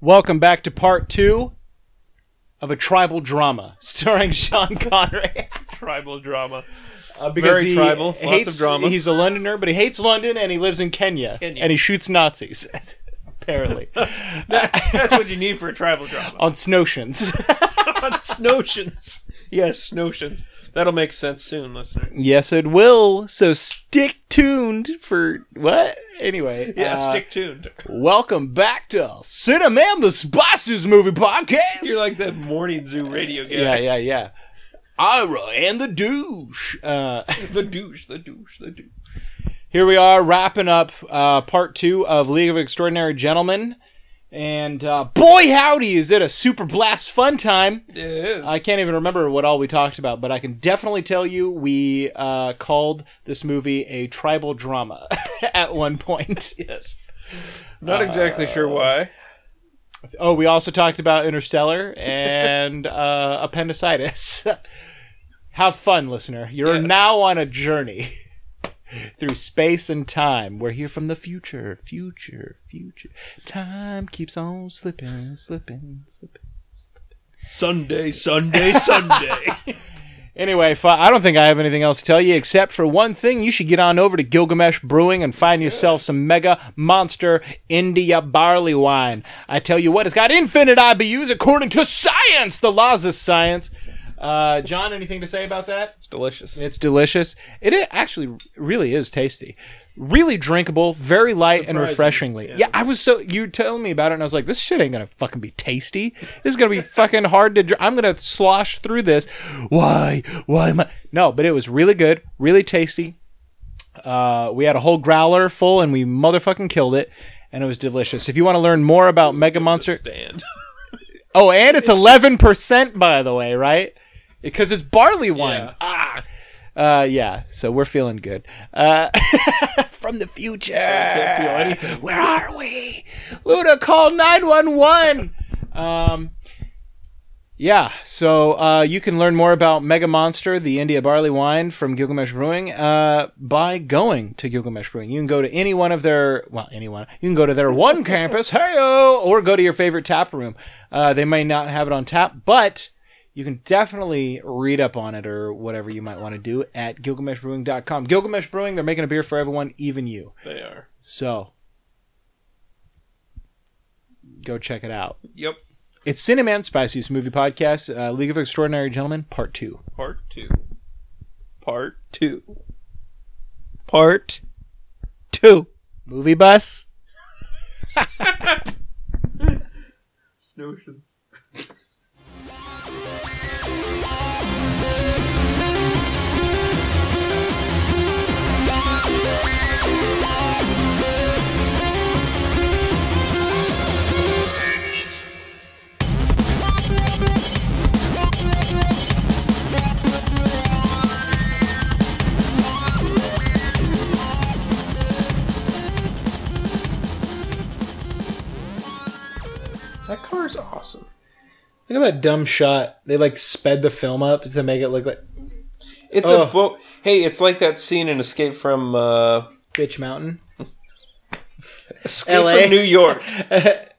Welcome back to part two of a tribal drama starring Sean Connery. tribal drama. Uh, because Very he tribal, lots of hates, drama. He's a Londoner, but he hates London and he lives in Kenya, Kenya. and he shoots Nazis. Apparently, That's what you need for a tribal drama. on Snowshins. On Snowtions. Yes, Snowtions. That'll make sense soon, listener. yes, it will. So stick tuned for what? Anyway, Yeah, uh, stick tuned. Welcome back to Cinema and the Spices Movie Podcast. You're like that morning zoo radio guy. yeah, yeah, yeah. Ira and the douche. Uh, The douche, the douche, the douche. here we are wrapping up uh, part two of League of Extraordinary Gentlemen, and uh, boy howdy, is it a super blast fun time! It is. I can't even remember what all we talked about, but I can definitely tell you we uh, called this movie a tribal drama at one point. Yes. Not exactly sure why. Oh, we also talked about Interstellar and uh, appendicitis. Have fun, listener. You're Yes. now on a journey through space and time. We're here from the future, future, future. Time keeps on slipping, slipping, slipping. Sunday, Sunday, Sunday. Anyway, fi- I don't think I have anything else to tell you except for one thing. You should get on over to Gilgamesh Brewing and find yourself some mega monster India barley wine. I tell you what, it's got infinite IBUs according to science, the laws of science. Uh, John, anything to say about that? It's delicious. It's delicious. It i- actually really is tasty. Really drinkable, very light and Surprising, refreshingly. Yeah. yeah. I was so you were telling me about it, and I was like, this shit ain't gonna fucking be tasty. This is gonna be fucking hard to. Dr- I'm gonna slosh through this. Why? Why am I? No, but it was really good, really tasty. Uh, we had a whole growler full, and we motherfucking killed it, and it was delicious. If you want to learn more about Mega Monster, Stand. oh, and it's 11 percent, by the way, right? Because it's barley wine. Yeah. Ah. Uh, yeah, so we're feeling good. Uh, from the future. feel anything. Where are we? Luna, call 911. um, yeah, so uh, you can learn more about Mega Monster, the India barley wine from Gilgamesh Brewing, uh, by going to Gilgamesh Brewing. You can go to any one of their, well, anyone. You can go to their one campus, hey or go to your favorite tap room. Uh, they may not have it on tap, but you can definitely read up on it or whatever you might want to do at gilgameshbrewing.com. Gilgamesh Brewing, they're making a beer for everyone, even you. They are. So go check it out. Yep. It's Cinnamon Spicy's Movie Podcast, uh, League of Extraordinary Gentlemen, Part 2. Part two. Part two. Part two. Movie Bus? Snowtions. That car is awesome. Look at that dumb shot. They like sped the film up to make it look like It's Ugh. a boat. Hey, it's like that scene in Escape from uh, Bitch Mountain. Escape LA. from New York,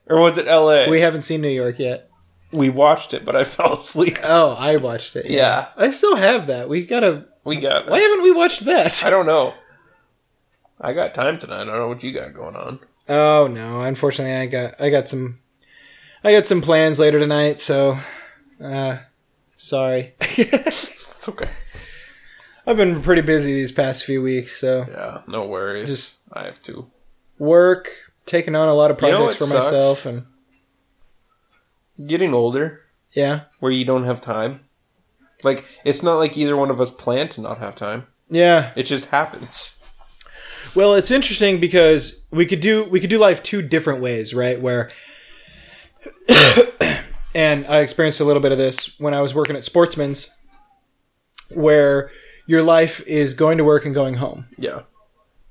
or was it L.A.? We We, haven't seen New York yet. watched it, but I fell asleep. Oh, I watched it. Yeah, I still have that. We gotta. we got. It. Why haven't we watched that? I don't know. I got time tonight. I don't know what you got going on. Oh no! Unfortunately, I got I got some I got some plans later tonight. So, uh, sorry. It's okay. I've been pretty busy these past few weeks. So Yeah, no worries. Just- I have to. work, taking on a lot of You know projects for what sucks? myself, and Getting older, yeah, where you don't have time. Like it's not like either one of us planned to not have time. yeah. It just happens. Well, it's interesting because we could do we could do life two different ways, right? Where and I experienced a little bit of this when I was working at Sportsman's where your life is going to work and going home. Yeah.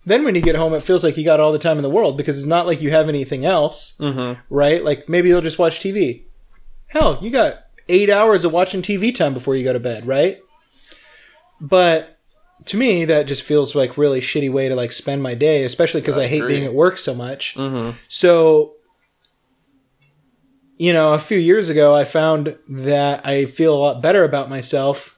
Then when you get home it feels like you got all the time in the world because it's not like you have anything else, Mm-hmm. right? Like maybe you'll just watch TV. Hell, you got 8 hours of watching TV time before you go to bed, right? But to me that just feels like really shitty way to like spend my day especially because i hate agree. being at work so much Mm-hmm. so you know, a few years ago, I found that I feel a lot better about myself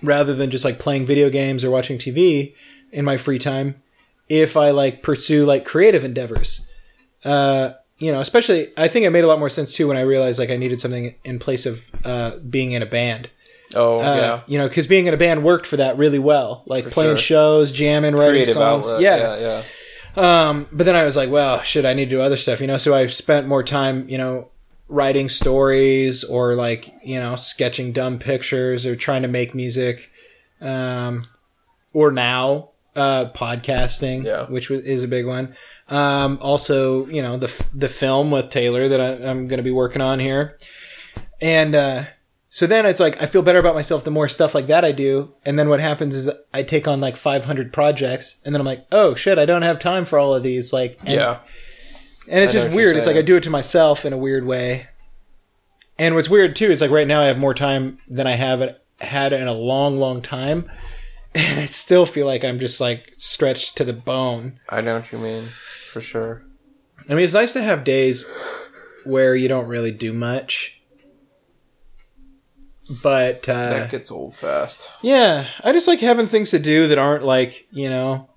rather than just like playing video games or watching TV in my free time if I like pursue like creative endeavors. Uh, you know, especially I think it made a lot more sense too when I realized like I needed something in place of uh, being in a band. Oh Uh, yeah. You know, because being in a band worked for that really well, like playing sure. shows, jamming, writing Creative songs. outlet. yeah, yeah, yeah. um, but then I was like, well, shit, I need to do other stuff, you know. So I spent more time, you know, writing stories or like, you know, sketching dumb pictures or trying to make music, um, or now uh, podcasting, Yeah. which was, is a big one. Um, also, you know, the f- the film with Taylor that I, I'm going to be working on here, and uh, so then it's like I feel better about myself the more stuff like that I do. And then what happens is I take on like 500 projects, and then I'm like, oh shit, I don't have time for all of these. Like, and, yeah. and it's I know just what you're weird. It's like I saying. do it to myself in a weird way. And what's weird too is like right now I have more time than I have had in a long, long time, and I still feel like I'm just like stretched to the bone. I know what you mean for sure. I mean, it's nice to have days where you don't really do much, but uh, That gets old fast. Yeah, I just like having things to do that aren't like, you know,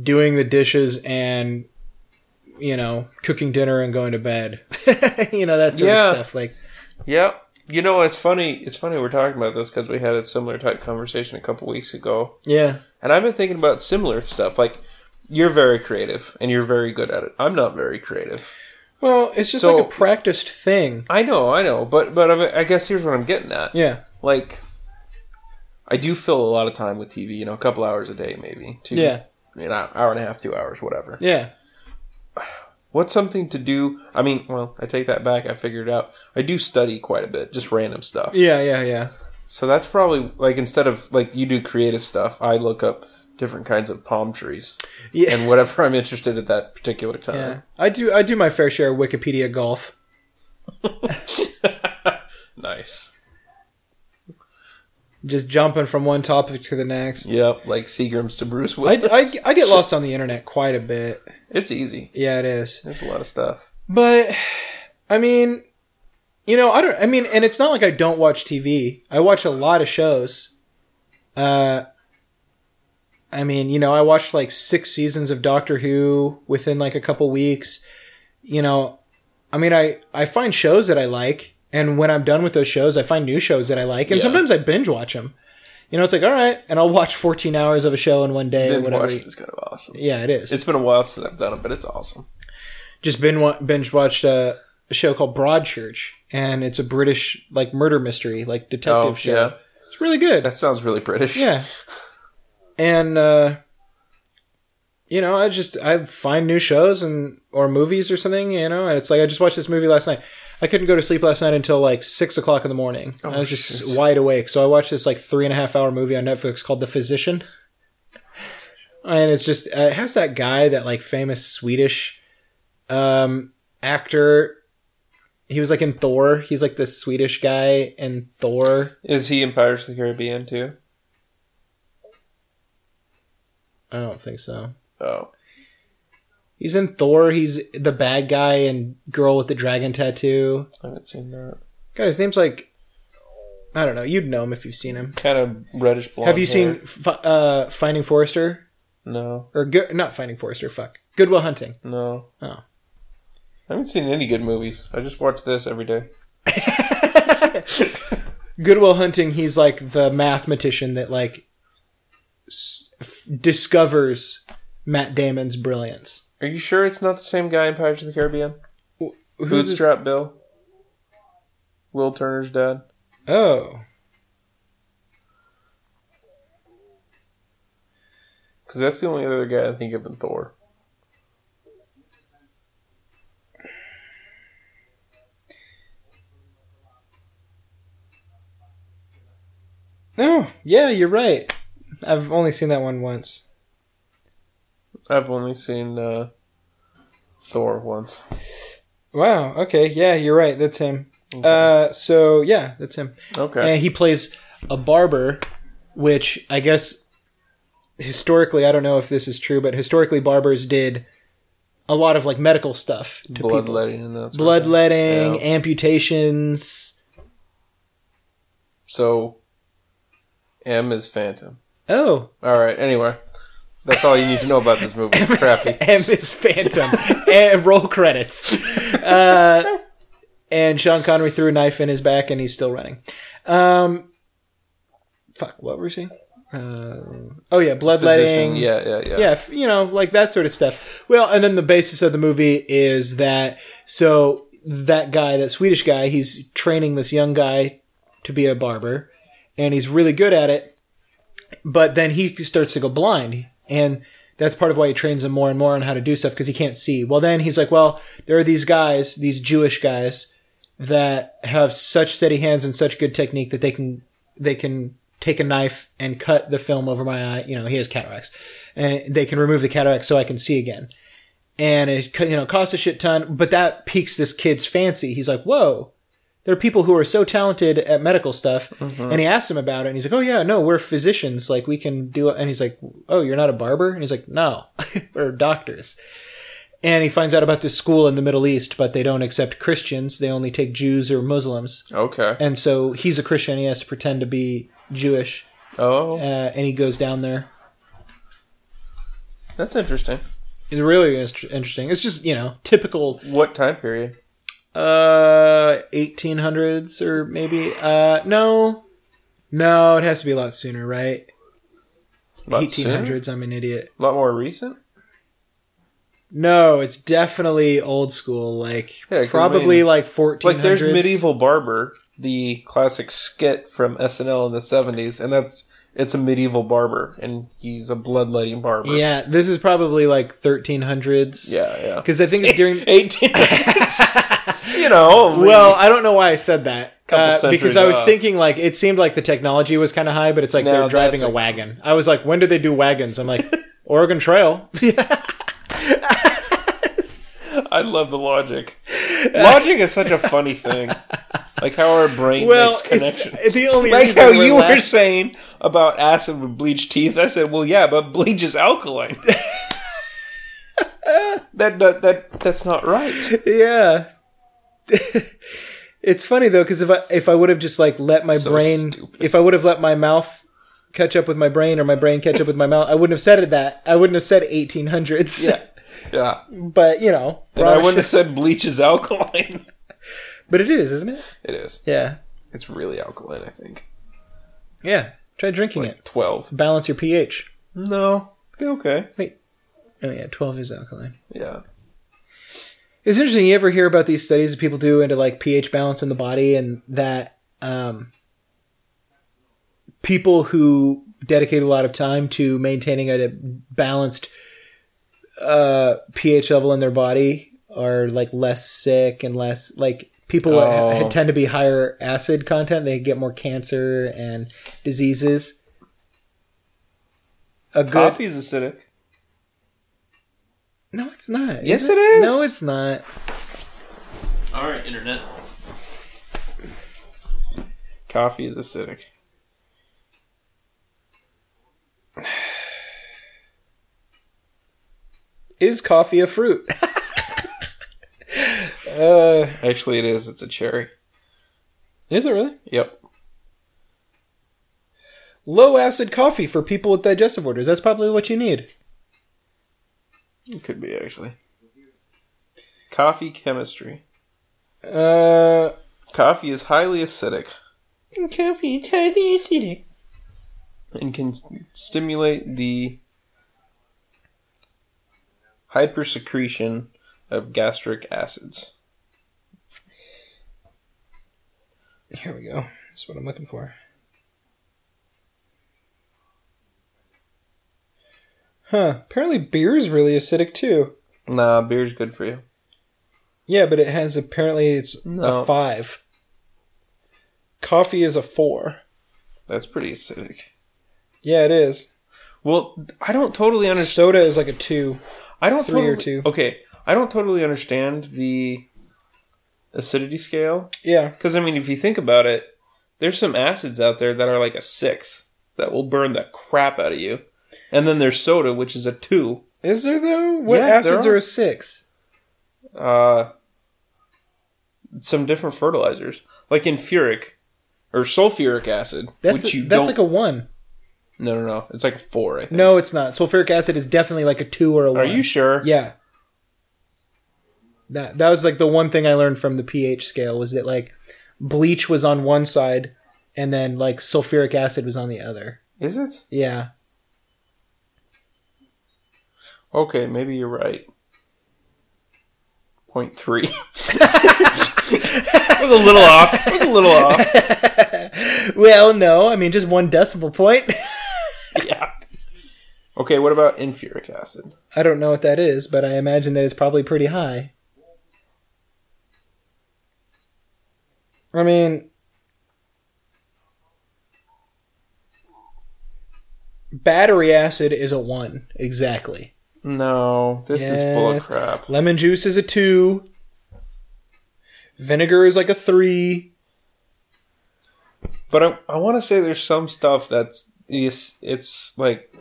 doing the dishes and you know, cooking dinner and going to bed. you know, that sort Yeah. of stuff like Yep. You know, it's funny. It's funny we're talking about this because we had a similar type conversation a couple weeks ago, yeah. and I've been thinking about similar stuff. Like, you're very creative and you're very good at it. I'm not very creative. Well, it's just So- like a practiced thing. I know, I know, but but I I guess here's what I'm getting at. Yeah. Like, I do fill a lot of time with TV. You know, a couple hours a day, maybe. Two, Yeah. an hour, hour and a half, two hours, whatever. Yeah. What's something to do? I mean, well, I take that back. I figured it out. I do study quite a bit, just random stuff. Yeah, yeah, yeah. So that's probably like instead of like you do creative stuff, I look up different kinds of palm trees Yeah. and whatever I'm interested at that particular yeah. time. I do I do my fair share of Wikipedia golf. Nice. Just jumping from one topic to the next. Yep, like Seagrams to Bruce I, Willis. I, I get lost on the internet quite a bit. it's easy. Yeah, it is. There's a lot of stuff. But I mean, you know, I don't. I mean, and it's not like I don't watch TV. I watch a lot of shows. Uh, I mean, you know, I watched like six seasons of Doctor Who within like a couple weeks. You know, I mean, I I find shows that I like, and when I'm done with those shows, I find new shows that I like, and Yeah. sometimes I binge watch them. You know, it's like all right, and I'll watch 14 hours of a show in one day or Binge whatever. watching is kind of awesome. Yeah, it is. It's been a while since I've done it, but it's awesome. just been wa- binge watched a, a show called Broadchurch, and it's a British like murder mystery, like detective Oh, show. yeah. It's really good. That sounds really British. yeah, and uh, you know, I just I find new shows and or movies or something, you know, and it's like I just watched this movie last night. I couldn't go to sleep last night until like six o'clock in the morning. I was just wide awake, so I watched this like three and a half hour movie on Netflix called The Physician. And it's just uh, it has that guy, that like famous Swedish um, actor. He was like in Thor. He's like the Swedish guy in Thor. Is he in Pirates of the Caribbean too? I don't think so. Oh. He's in Thor. He's the bad guy and girl with the dragon tattoo. I haven't seen that. God, his name's like I don't know. You'd know him if you've seen him. Kind of reddish blonde. Have you hair. seen F- uh, Finding Forrester No, or Go- not Finding Forrester? Fuck, Goodwill Hunting. no. Oh. I haven't seen any good movies. I just watch this every day. Goodwill Hunting. He's like the mathematician that like s- f- discovers Matt Damon's brilliance. Are you sure it's not the same guy in Pirates of the Caribbean? Who's this? Bootstrap Bill? Will Turner's dad? Oh, Because that's the only other guy I think of in Thor. no, Oh, yeah, you're right. I've only seen that one once. I've only seen uh, Thor once. Wow. Okay. Yeah, you're right. That's him. Uh, so yeah, that's him. Okay. And he plays a barber, which I guess historically, I don't know if this is true, but historically, barbers did a lot of like medical stuff to people. bloodletting and that. sort of thing. Bloodletting, Yeah. amputations. So, M is Phantom. Oh, All right. Anyway, that's all you need to know about this movie. It's crappy. M is Phantom. and roll credits. Uh, and Sean Connery threw a knife in his back, and he's still running. Um, fuck, what were we saying? Uh, oh yeah, Physician. bloodletting. Yeah, yeah, yeah. yeah, f- you know, like that sort of stuff. Well, and then the basis of the movie is that so that guy, that Swedish guy, he's training this young guy to be a barber, and he's really good at it. But then he starts to go blind, and that's part of why he trains him more and more on how to do stuff because he can't see. Well, then he's like, well, there are these guys, these Jewish guys, that have such steady hands and such good technique that they can they can take a knife and cut the film over my eye. You know, he has cataracts, and they can remove the cataract so I can see again. And it co- you know costs a shit ton, but that piques this kid's fancy. He's like, "Whoa, there are people who are so talented at medical stuff." And he asks him about it, and he's like, "Oh yeah, no, we're physicians. Like we can do." it." And he's like, "Oh, you're not a barber?" And he's like, "No, we're doctors." And he finds out about this school in the Middle East, but they don't accept Christians. They only take Jews or Muslims. Okay. And so he's a Christian. He has to pretend to be Jewish, Oh, uh, and he goes down there. that's interesting. It's really inter- interesting. It's just you know typical What time period? uh 1800s or maybe uh no no it has to be a lot sooner right A lot sooner? 1800s I'm an idiot A lot more recent. no it's definitely old school like Yeah, 'cause I probably mean, like 1400s Like there's medieval barber, the classic skit from SNL in the '70s, and that's it's a medieval barber, and he's a bloodletting barber. yeah this is probably like 1300s yeah, yeah. because I think it's during 18 you know Well, I don't know why I said that. Couple Uh, because centuries I was off. thinking like it seemed like the technology was kind of high, but it's like No, they're driving that's a a- wagon. I was like, when did they do wagons? I'm like, Oregon Trail. i love the logic logic is such a funny thing like how our brain well, makes it's, connections it's the only like reason how we're you were laughing- saying about acid would bleach teeth i said well yeah but bleach is alkaline that, that that that's not right yeah. it's funny though because if I if I would have just like let my So brain, stupid. if I would have let my mouth catch up with my brain or my brain catch up with my mouth, I wouldn't have said it that. I wouldn't have said 1800s. yeah yeah but you know, and i Rosh- wouldn't have said bleach is alkaline but it is, isn't it? it is Yeah, it's really alkaline i think yeah. Try drinking it. 12 balance your pH. no okay Oh yeah, twelve is alkaline. yeah It's interesting. You ever hear about these studies that people do into like pH balance in the body, and that um, people who dedicate a lot of time to maintaining a balanced uh, pH level in their body are like less sick and less like people who ha- Oh. tend to be higher acid content. They get more cancer and diseases. A good coffee's acidic No, it's not. Yes, it it is. No, it's not. All right, internet. Coffee is acidic. Is coffee a fruit? uh, Actually, it is. It's a cherry. is it really? Yep. Low acid coffee for people with digestive orders. That's probably what you need. It could be, actually. Coffee chemistry. Uh, Coffee is highly acidic coffee, tiny acidic. and can s- stimulate the hypersecretion of gastric acids. Here we go. That's what I'm looking for. Huh. Apparently, beer is really acidic too. Nah, beer's good for you. Yeah, but it has apparently it's No. a five. Coffee is a four. That's pretty acidic. Yeah, it is. Well, I don't totally understand. Soda is like a two. I don't Three or totally, two. Okay, I don't totally understand the acidity scale Yeah. because I mean, if you think about it, there's some acids out there that are like a six that will burn the crap out of you, and then there's soda, which is a two Is there though? What Yeah, there acids are. are a six? Uh, some different fertilizers, like in furic or sulfuric acid, That's which a, you that's don't. like a one. no, no, no. It's like a four. I think. No, it's not. Sulfuric acid is definitely like a two or a Are one. you sure? Yeah. That that was like the one thing I learned from the pH scale was that like bleach was on one side and then like sulfuric acid was on the other. Is it? Yeah. Okay, maybe you're right. Point three. I was a little off. I was a little off. Well, no, I mean just one decimal point. Yeah. Okay, what about infuric acid? I don't know what that is, but I imagine that it's probably pretty high. I mean, battery acid is a 1, exactly. No, this is full of Yes. crap. Lemon juice is a 2. Vinegar is like a 3. But I, I want to say there's some stuff that's it's, it's like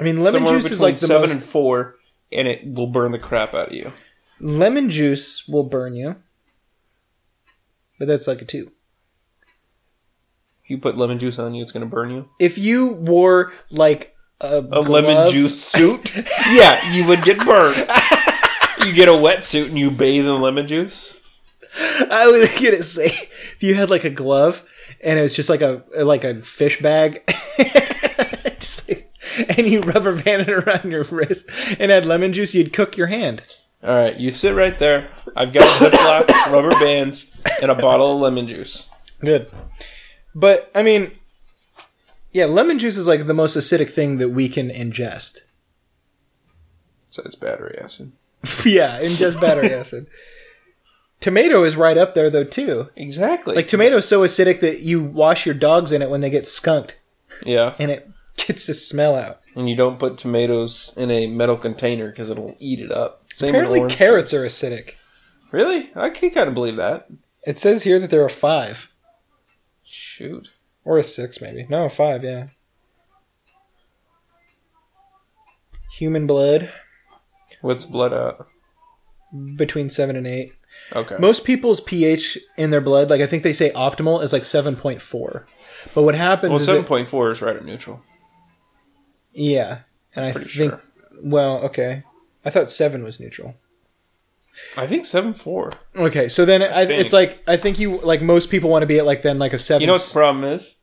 I mean, lemon somewhere juice is between like the seven most and four, and it will burn the crap out of you. Lemon juice will burn you. But that's like a 2. If you put lemon juice on you, it's going to burn you. If you wore like a, A lemon glove- juice suit? yeah, you would get burned. you get a wetsuit and you bathe in lemon juice. I was gonna say if you had like a glove and it was just like a like a fish bag, just like- and you rubber banded it around your wrist and had lemon juice, you'd cook your hand. All right, you sit right there. I've got Ziploc, rubber bands, and a bottle of lemon juice. Good, but I mean, yeah, lemon juice is like the most acidic thing that we can ingest. So it's battery acid. yeah, ingest battery acid. Tomato is right up there though too. Exactly. Like tomato is so acidic that you wash your dogs in it when they get skunked, yeah, and it gets the smell out. and you don't put tomatoes in a metal container because it'll eat it up. Same with Apparently, orange carrots are acidic. juice. Really? I can kind of believe that. It says here that there are five Shoot. or a six, maybe. No, five. Yeah. Human blood What's blood out? between seven and eight. Okay. Most people's pH in their blood, like I think they say optimal, is like seven point four. But what happens well, is seven it, point four is right at neutral. yeah, and I Pretty think sure. well, okay. I thought seven was neutral. I think seven four. Okay, so then I, think. it's like I think you like most people want to be at like then like a seven. You know what the problem is?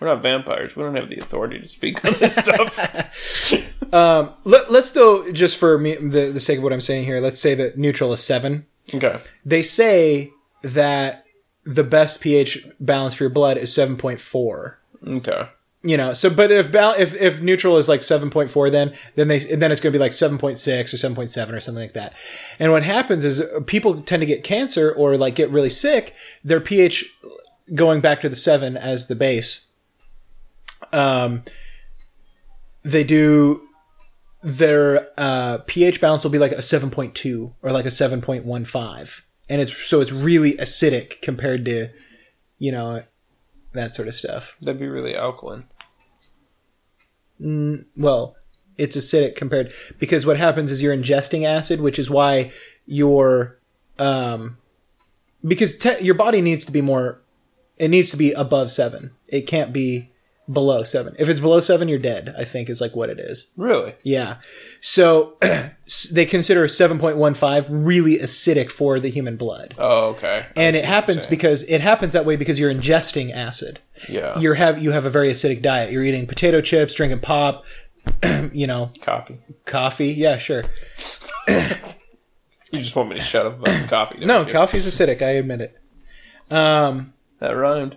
We're not vampires. We don't have the authority to speak on this stuff. Um, let, let's though, just for me, the, the sake of what I'm saying here, let's say that neutral is seven. Okay. They say that the best pH balance for your blood is 7.4. Okay. You know, so but if bal- if if neutral is like 7.4, then then they then it's going to be like 7.6 or 7.7 or something like that. And what happens is uh, people tend to get cancer or like get really sick. Their pH going back to the seven as the base. Um, they do their uh, pH balance will be like a 7.2 or like a 7.15 and it's so it's really acidic compared to you know that sort of stuff That'd be really alkaline. Mm, well it's acidic compared because what happens is you're ingesting acid which is why your um because te- your body needs to be more it needs to be above 7 it can't be below 7 if it's below 7 you're dead i think is like what it is Really? Yeah. So s- they consider 7.15 really acidic for the human blood. Oh, okay. And it happens because it happens that way because you're ingesting acid. Yeah. You're have you have a very acidic diet. You're eating potato chips, drinking pop, you know, coffee. coffee. Yeah, sure. You just want me to shut up about the coffee. don't No, you? coffee's acidic, I admit it. Um That rhymed.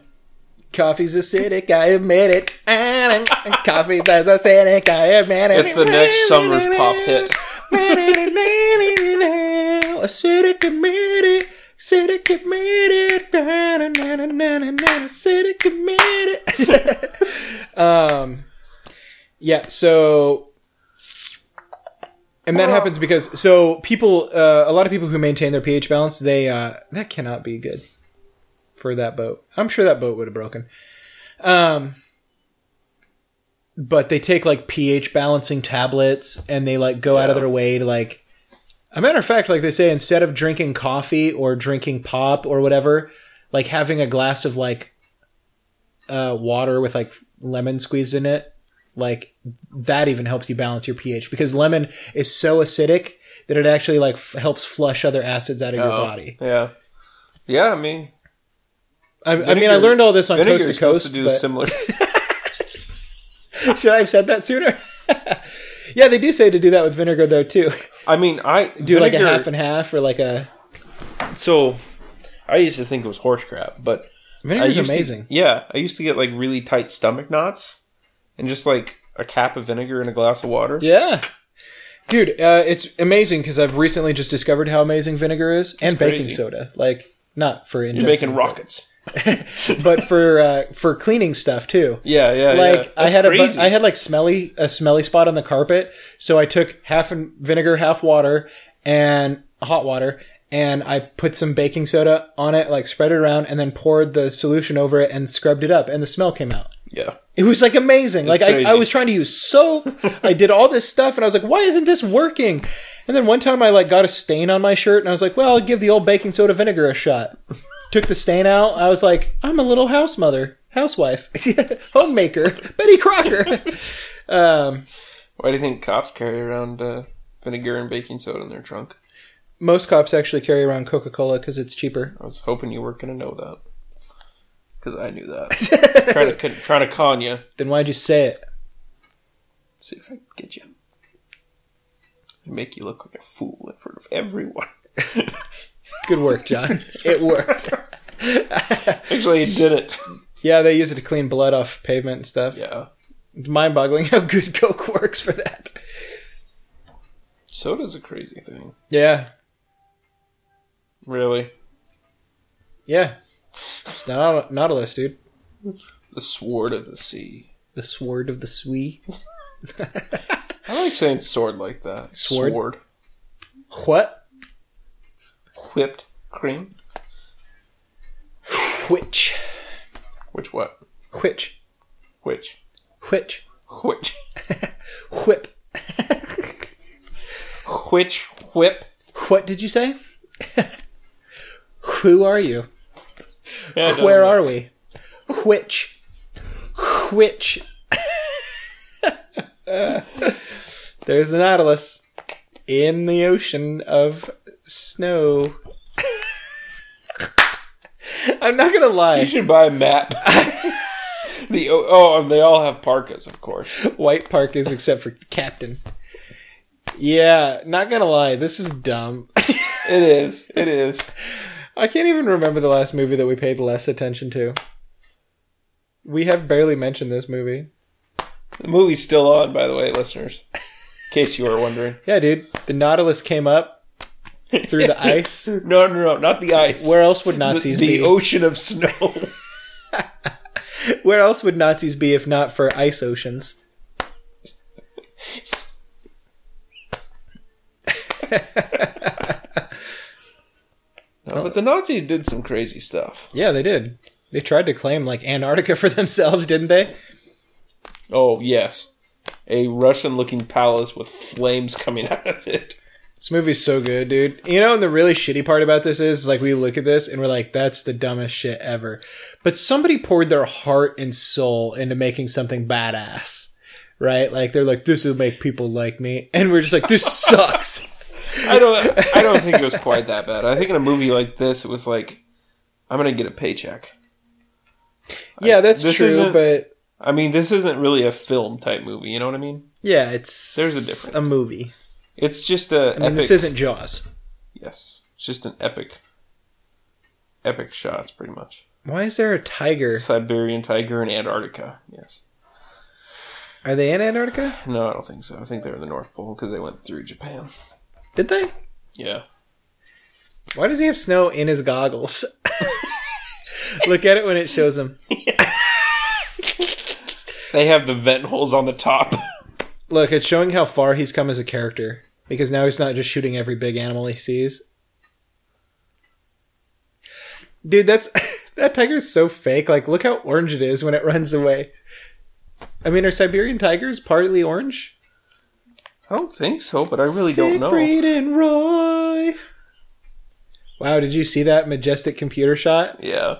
coffee's acidic, I admit it. And I'm- coffee that's acidic, I admit it. It's the next summer's pop hit. Acidic committee, acidic committee, da-na-na-na-na-na, acidic committee. um, yeah. So, and that happens because so people, uh, a lot of people who maintain their pH balance, they uh, that cannot be good for that boat. I'm sure that boat would have broken. Um, but they take like pH balancing tablets and they like go out of Yeah. their way to like a matter of fact, like they say, instead of drinking coffee or drinking pop or whatever, like having a glass of like uh, water with like lemon squeezed in it, like that even helps you balance your pH because lemon is so acidic that it actually like f- helps flush other acids out of your Oh. body. Yeah. Yeah, I mean, I, I mean, I Vinegar- learned all this on vinegar coast to is supposed coast. to do but- similar. Should I have said that sooner? yeah, they do say to do that with vinegar though too. I mean, I Do like a half and half or like a so. I used to think it was horse crap, but I vinegar's used to- amazing. yeah, I used to get like really tight stomach knots, and just like a cap of vinegar and a glass of water. Yeah. Dude, uh, it's amazing because I've recently just discovered how amazing vinegar is and baking crazy. soda. Like, not for ingesting, You're making rockets. but for uh, for cleaning stuff too. Yeah, yeah. Like yeah. I That's had a crazy. bu- I had like smelly a smelly spot on the carpet, so I took half in- vinegar, half water, and hot water, and I put some baking soda on it, like spread it around, and then poured the solution over it and scrubbed it up, and the smell came out. yeah. It was like amazing. like I, crazy. I was trying to use soap. I did all this stuff and I was like, why isn't this working? And then one time I like got a stain on my shirt and I was like, well, I'll give the old baking soda vinegar a shot. Took the stain out. I was like, I'm a little house mother, housewife, homemaker, Betty Crocker. um, Why do you think cops carry around uh, vinegar and baking soda in their trunk? most cops actually carry around Coca Cola because it's cheaper. I was hoping you weren't gonna know that, because I knew that. trying to trying to con you. Then why'd you say it? See if I can get you. Make you look like a fool in front of everyone. Good work, John. it worked. Actually, it didn't. Yeah, they use it to clean blood off pavement and stuff. Yeah, It's mind boggling how good Coke works for that. soda's a crazy thing. Yeah, Really, Yeah. It's not Nautilus, dude. the sword of the sea. The sword of the Swee. I like saying sword like that. Sword? sword. What? whipped cream. Which? Which what? Which? Which? Which? Which? Whip. Which whip? What did you say? Who are you? Yeah, I don't Where know. are we? Which? Which? There's the Nautilus in the ocean of snow. I'm not gonna You lie. should buy a map. the oh, oh, and they all have parkas, of course. White Park is except for Captain. Yeah, not gonna lie, this is dumb. It is. It is. I can't even remember the last movie that we paid less attention to. We have barely mentioned this movie. The movie's still on, by the way, listeners. In case you were wondering. Yeah, dude, the Nautilus came up through the ice. No, no, no, not the ice. Where else would the, Nazis the be? ocean of snow. Where else would Nazis be if not for ice oceans? No, but the Nazis did some crazy stuff. Yeah, they did. They tried to claim like Antarctica for themselves, didn't they? Oh yes, a Russian-looking palace with flames coming out of it. This movie's so good, dude. You know, and the really shitty part about this is, like, we look at this and we're like, that's the dumbest shit ever. But somebody poured their heart and soul into making something badass, right? Like, they're like, this will make people like me. And we're just like, this sucks. I don't. I don't think it was quite that bad. I think in a movie like this, it was like, I'm gonna get a paycheck. yeah, that's This true, isn't- but I mean, this isn't really a film type movie. You know what I mean? yeah, it's There's a difference. A movie. It's just a I mean, epic. this isn't Jaws. yes, it's just an epic, epic shots, pretty much. Why is there a tiger? Siberian tiger in Antarctica. Yes. Are they in Antarctica? No, I don't think so. I think they're in the North Pole because they went through Japan. Did they? Yeah. Why does he have snow in his goggles? look at it when it shows him. They have the vent holes on the top. Look, it's showing how far he's come as a character because now he's not just shooting every big animal he sees. Dude, that's that tiger's so fake. Like, look how orange it is when it runs away. I mean, are Siberian tigers partly orange? I don't think so, but I really don't know. Siegfried and Roy. Wow, did you see that majestic computer shot? Yeah.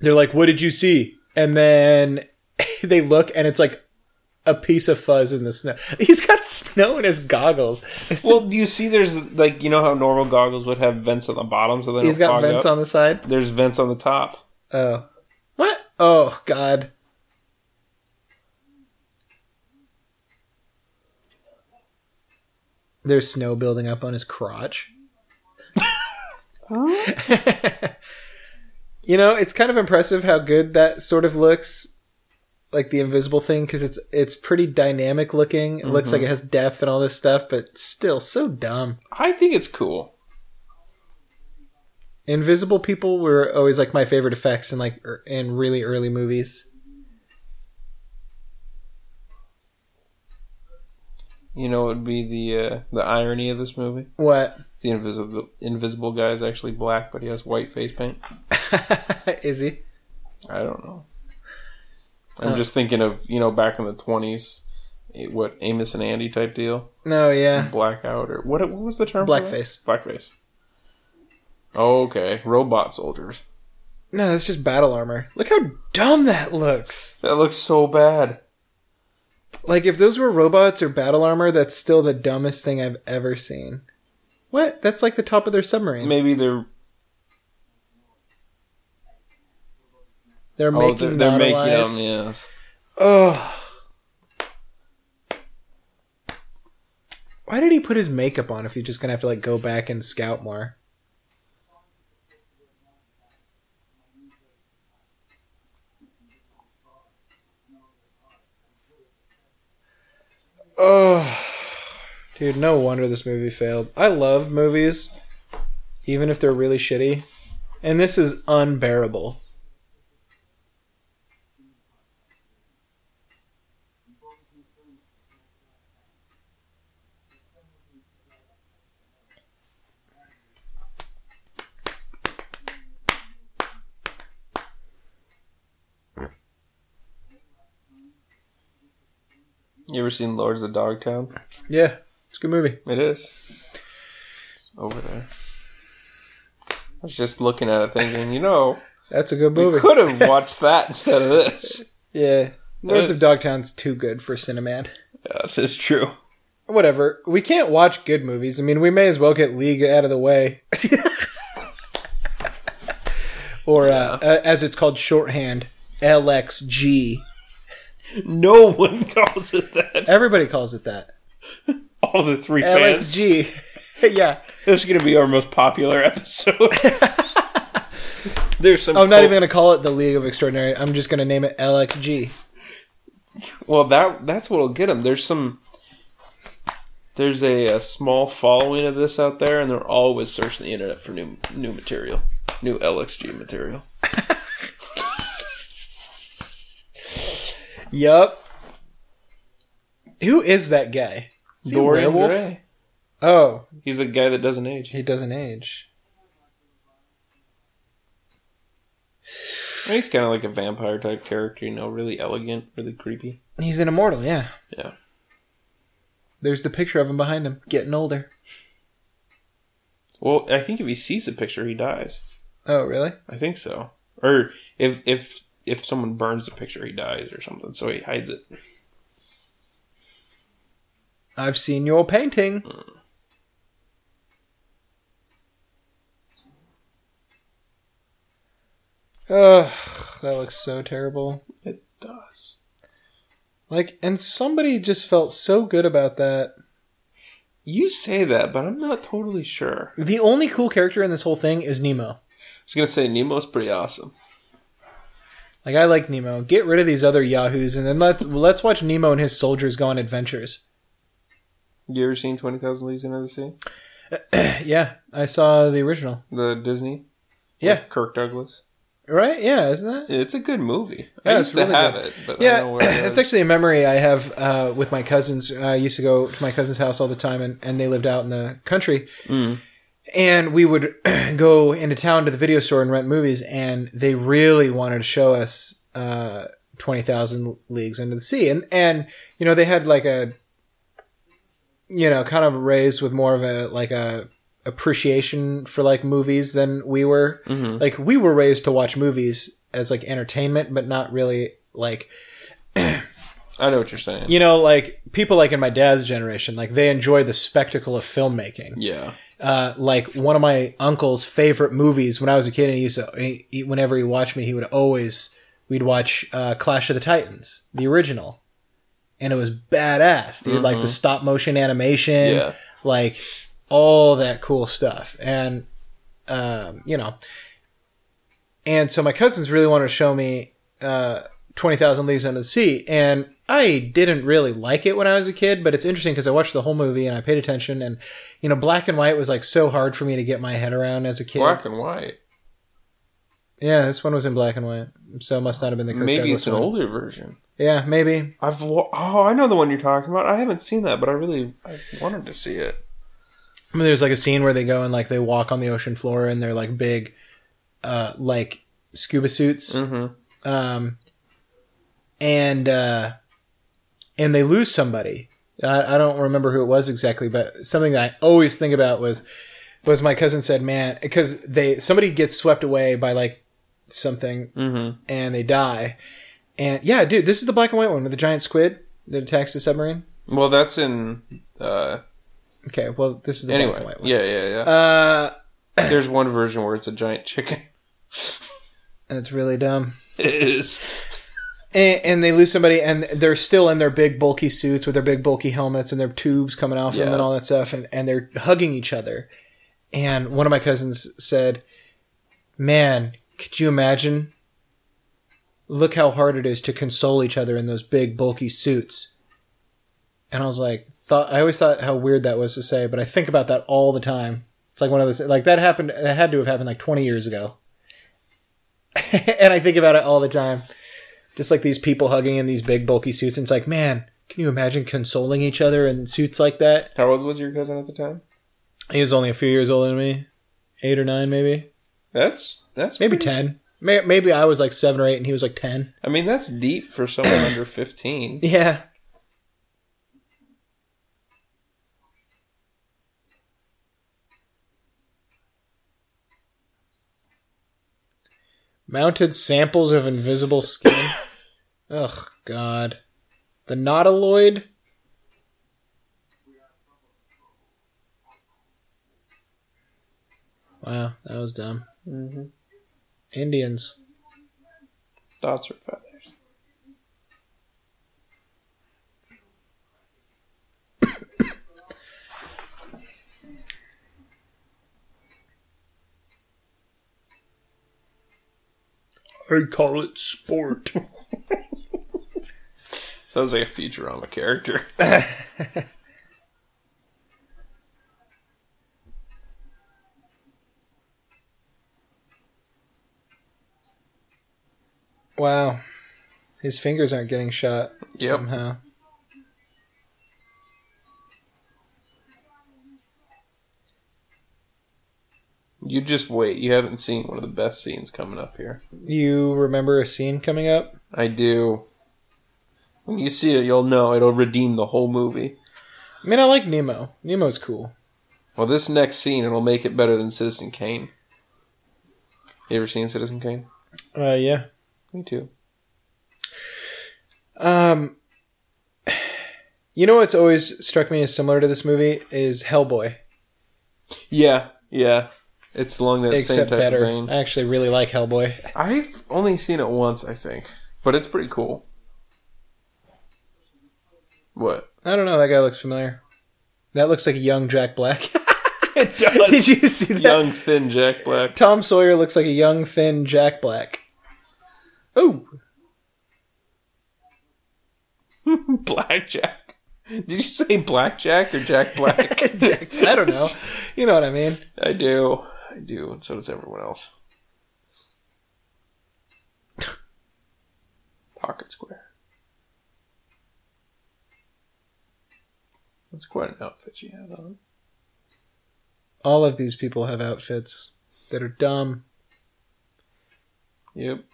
They're like, "What did you see?" And then they look, and it's like a piece of fuzz in the snow. He's got snow in his goggles. It's Well, do you see there's like you know how normal goggles would have vents on the bottom so they He's don't got fog vents up? on the side. There's vents on the top. Oh, what? Oh God. There's snow building up on his crotch. you know, it's kind of impressive how good that sort of looks, like the invisible thing, because it's it's pretty dynamic looking. It looks Mm-hmm. like it has depth and all this stuff, but still so dumb. I think it's cool. Invisible people were always like my favorite effects in like er, in really early movies. You know, it would be the uh, the irony of this movie. What The invisible invisible guy is actually black, but he has white face paint. is he? I don't know. Uh, I'm just thinking of you know back in the 20s, it- what Amos and Andy type deal, No, yeah. blackout or what? What was the term? for that? Blackface. Blackface. Okay, robot soldiers. No, that's just battle armor. Look how dumb that looks. That looks so bad. Like if those were robots or battle armor, that's still the dumbest thing I've ever seen. What? That's like the top of their submarine. Maybe they're oh, They're oh, making they're, they're making them. Nautilus. Yes. Ugh. Why did he put his makeup on if he's just gonna have to like go back and scout more? Oh, dude, no wonder this movie failed. I love movies, even if they're really shitty, and this is unbearable. You ever seen Lords of Dogtown? Yeah, it's a good movie. It is. It's over there. I was just looking at it, thinking, you know, That's a good we movie. could have watched that instead of this. Yeah. Lords Uh, of Dogtown's too good for Cineman. Yes, it's true. Whatever. We can't watch good movies. I mean, we may as well get League out of the way. or, uh, uh, as it's called shorthand, LXG. No one calls it that. Everybody calls it that. All the three LXG. yeah. This is going to be our most popular episode. There's some. I'm Oh, not even going to call it the League of Extraordinary. I'm just going to name it LXG. Well, that that's what'll get them. There's some. There's a, a small following of this out there, and they're always searching the internet for new new material, new LXG material. Yup. Who is that guy? Is he a Dorian werewolf? Gray. Oh, He's a guy that doesn't age. he doesn't age. He's kind of like a vampire type character, you know, really elegant, really creepy. He's an immortal, yeah. Yeah. There's the picture of him behind him, getting older. Well, I think if he sees the picture, he dies. Oh, really? I think so. Or if if if someone burns the picture, he dies or something. So he hides it. I've seen your painting. Ugh, that looks so terrible. It does. Like, and somebody just felt so good about that. You say that, but I'm not totally sure. The only cool character in this whole thing is Nemo. I was gonna say Nemo's pretty awesome. Like, I like Nemo. Get rid of these other yahoos, and then let's let's watch Nemo and his soldiers go on adventures. You ever seen Twenty Thousand Leagues Under the Sea? yeah, I saw the original. The Disney. Yeah. With Kirk Douglas. Right? Yeah, isn't that? It's a good movie. Yeah, I it's used really to have good. it, but I yeah, don't know where it it's is. actually a memory I have uh, with my cousins. I used to go to my cousin's house all the time, and, and they lived out in the country. Mm. And we would go into town to the video store and rent movies, and they really wanted to show us uh, twenty thousand leagues under the sea, and and you know they had like a you know kind of raised with more of a like a appreciation for like movies than we were. Mm-hmm. Like we were raised to watch movies as like entertainment, but not really like I know what you're saying. you know like people like in my dad's generation like they enjoy the spectacle of filmmaking Yeah. uh, like one of my uncle's favorite movies when I was a kid, and he used to, he, he- whenever he watched me, he would always, we'd watch uh, Clash of the Titans, the original. And it was badass. Dude, like the stop motion animation, Yeah. like all that cool stuff. And, um, you know, and so my cousins really wanted to show me uh, 20,000 Leagues Under the Sea. And I didn't really like it when I was a kid, but it's interesting because I watched the whole movie and I paid attention. And, you know, black and white was like so hard for me to get my head around as a kid. Black and white. Yeah, this one was in black and white. So it must not have been the Kirk Maybe Douglas it's an one. older version. Yeah, maybe. I've wa- oh, I know the one you're talking about. I haven't seen that, but I really I wanted to see it. I mean, there's like a scene where they go and like they walk on the ocean floor and they're like big, uh, like scuba suits. Mm-hmm. um, and uh, and they lose somebody. I, I don't remember who it was exactly, but something that I always think about was was my cousin said, "Man, because they somebody gets swept away by like something Mm-hmm. and they die." And yeah, dude, this is the black and white one with the giant squid that attacks the submarine. Well, that's in. Uh, Okay, well, this is the black and anyway, white one. yeah, yeah, yeah. Uh, There's one version where it's a giant chicken. that's really dumb. It is. and, and they lose somebody and they're still in their big bulky suits with their big bulky helmets and their tubes coming off them Yeah. and all that stuff and, and they're hugging each other and one of my cousins said man could you imagine look how hard it is to console each other in those big bulky suits and i was like thought i always thought how weird that was to say but i think about that all the time it's like one of those like that happened that had to have happened like 20 years ago and i think about it all the time just like these people hugging in these big bulky suits and it's like man can you imagine consoling each other in suits like that How old was your cousin at the time? he was only a few years older than me eight or nine maybe That's that's maybe pretty- 10 May- maybe i was like seven or eight and he was like 10 I mean, that's deep for someone under fifteen. yeah mounted samples of invisible skin ugh god the nautiloid wow that was dumb Mm-hmm. indians Dots or feathers. I call it sport. Sounds like a Futurama character. Wow. His fingers aren't getting shot Yep. somehow. You just wait. You haven't seen one of the best scenes coming up here. You remember a scene coming up? I do. When you see it, you'll know it'll redeem the whole movie. I mean, I like Nemo. Nemo's cool. Well, this next scene it'll make it better than Citizen Kane. You ever seen Citizen Kane? Uh, yeah. Me too. Um, you know what's always struck me as similar to this movie is Hellboy, Yeah, yeah. It's along that same except type better. of vein. I actually really like Hellboy. I've only seen it once, I think, but it's pretty cool. What? I don't know. That guy looks familiar. That looks like a young Jack Black. It Did you see that? Young, thin Jack Black. Tom Sawyer looks like a young, thin Jack Black. Oh, Blackjack. Did you say Blackjack or Jack Black? Jack. I don't know. You know what I mean? I do. I do, and so does everyone else. Pocket square. That's quite an outfit she has on. All of these people have outfits that are dumb. Yep.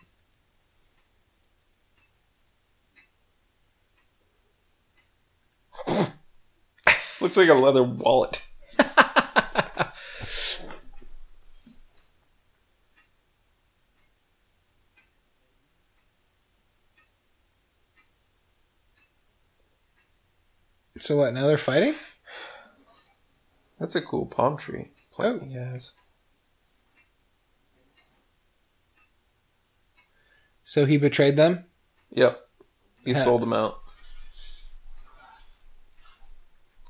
Looks like a leather wallet. So what? Now they're fighting. That's a cool palm tree. Oh. yes. So he betrayed them. Yep. He Huh. sold them out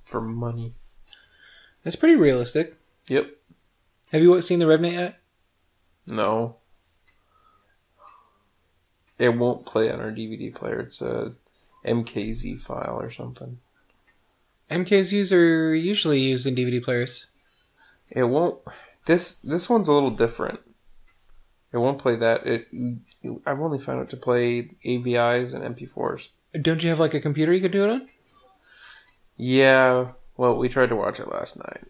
for money. That's pretty realistic. Yep. Have you seen the Revenant yet? No. It won't play on our DVD player. It's a MKZ file or something. MKZs are usually used in DVD players. It won't. This this one's a little different. It won't play that. It. I've only found it to play AVIs and MP4s. Don't you have like a computer you could do it on? Yeah. Well, we tried to watch it last night,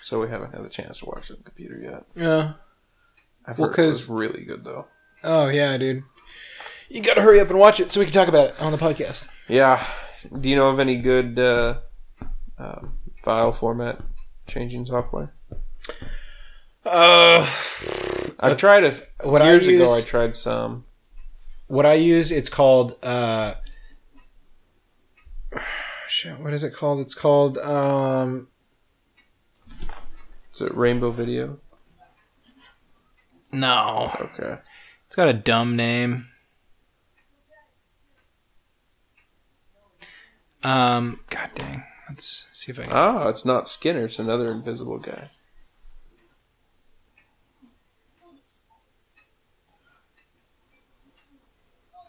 so we haven't had the chance to watch it on the computer yet. Yeah. I've Well, heard it was 'cause- really good though. Uh, Oh yeah, dude. You gotta hurry up and watch it so we can talk about it on the podcast. Yeah. Do you know of any good uh, um, file format changing software? Uh, I tried a f- what I years ago. use- I tried some. what I use, it's called. Uh, shit, what is it called? It's called. Um, Is it Rainbow Video? No. Okay. It's got a dumb name. Um, god dang. Let's see if I can. Ah, it's not Skinner. It's another invisible guy.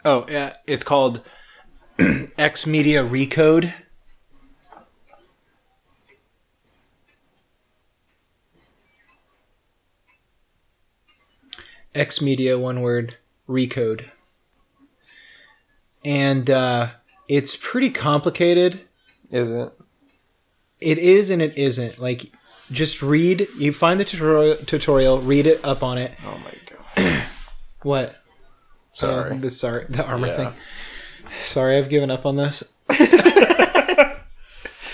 Oh, yeah. It's called X Media Recode. X Media, one word, recode. And uh, it's pretty complicated. Is it? It is and it isn't. Like, just read. You find the tutorial, tutorial read it up on it. Oh my god. What? Sorry. Uh, the, sar- the armor Yeah. thing. Sorry, I've given up on this.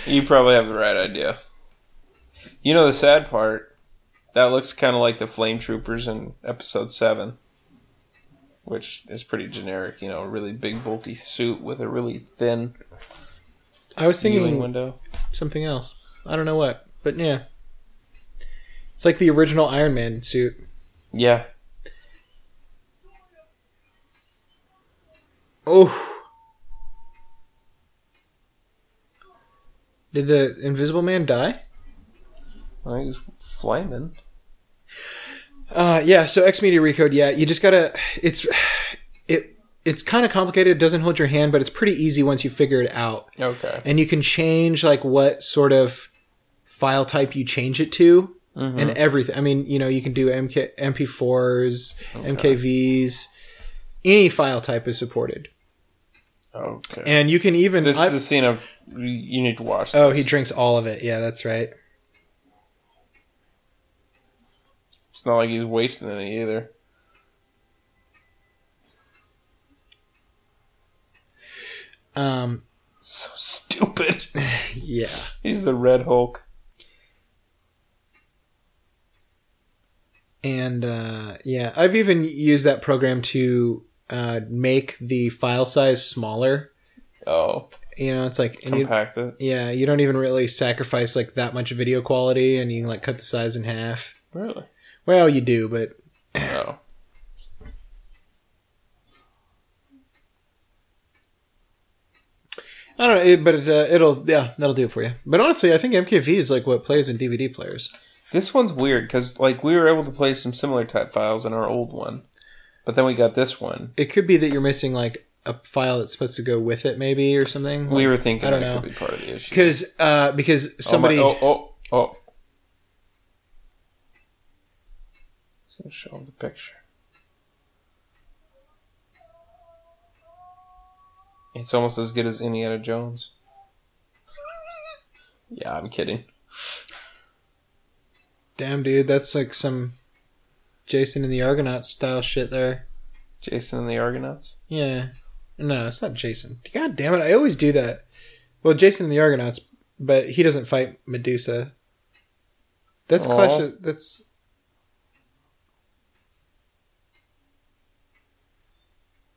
you probably have the right idea. You know the sad part. That looks kind of like the Flame Troopers in Episode Seven, which is pretty generic. You know, a really big bulky suit with a really thin I was ceiling thinking window. something else. I don't know what, but yeah. It's like the original Iron Man suit. Yeah. Oh. Did the Invisible Man die? I think it's flaming. Uh, yeah. So X Media Recode. Yeah, you just gotta. It's it. It's kind of complicated. It doesn't hold your hand, but it's pretty easy once you figure it out. Okay. and you can change like what sort of file type you change it to Mm-hmm. and everything i mean you know you can do MK, mp4s mkvs any file type is supported Okay. and you can even this I- is the scene of you need to watch. oh he this. drinks all of it yeah that's right It's not like he's wasting any either. um So stupid. yeah he's the Red Hulk. and uh yeah i've even used that program to uh make the file size smaller Oh, you know it's like and you, compact it. yeah you don't even really sacrifice like that much video quality and you can like cut the size in half Really? Well, you do, but Oh. I don't know. It, but it, uh, it'll yeah, that'll do it for you. But honestly, I think MKV is like what plays in DVD players. This one's weird because like we were able to play some similar type files in our old one, but then we got this one. It could be that you're missing like a file that's supposed to go with it, maybe or something. We were thinking I don't that know. could be part of the issue. because uh, because Oh my- somebody Oh, oh, oh. Just gonna show him the picture. It's almost as good as Indiana Jones. Yeah, I'm kidding. damn dude, that's like some Jason and the Argonauts style shit there. Jason and the Argonauts. Yeah, no, it's not Jason. God damn it, I always do that. Well, Jason and the Argonauts but he doesn't fight Medusa. That's Aw. Clash. Of, that's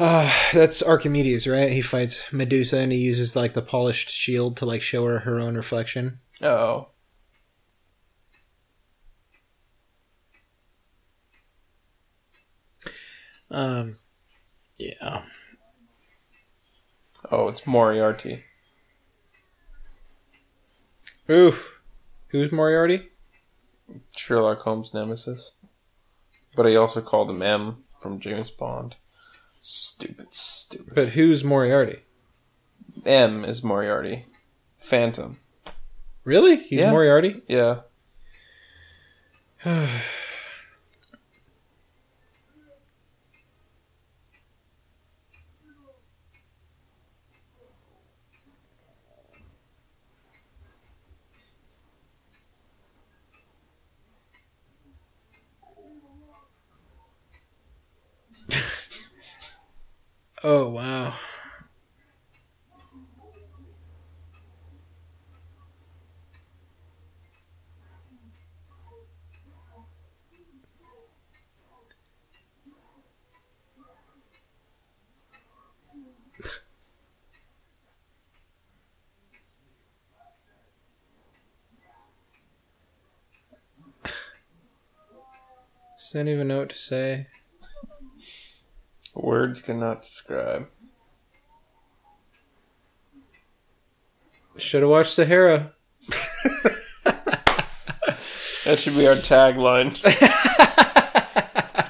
Ah, that's Archimedes, right? He fights Medusa and he uses like the polished shield to like show her her own reflection. Oh. Um, yeah. Oh, it's Moriarty. Oof. Who's Moriarty? Sherlock Holmes' nemesis. But he also called him M from James Bond. Stupid, stupid. But who's Moriarty? M is Moriarty. Phantom. Really? He's Yeah. Moriarty? Yeah. Oh wow. Just don't even know what to say. Words cannot describe. Should have watched Sahara. That should be our tagline.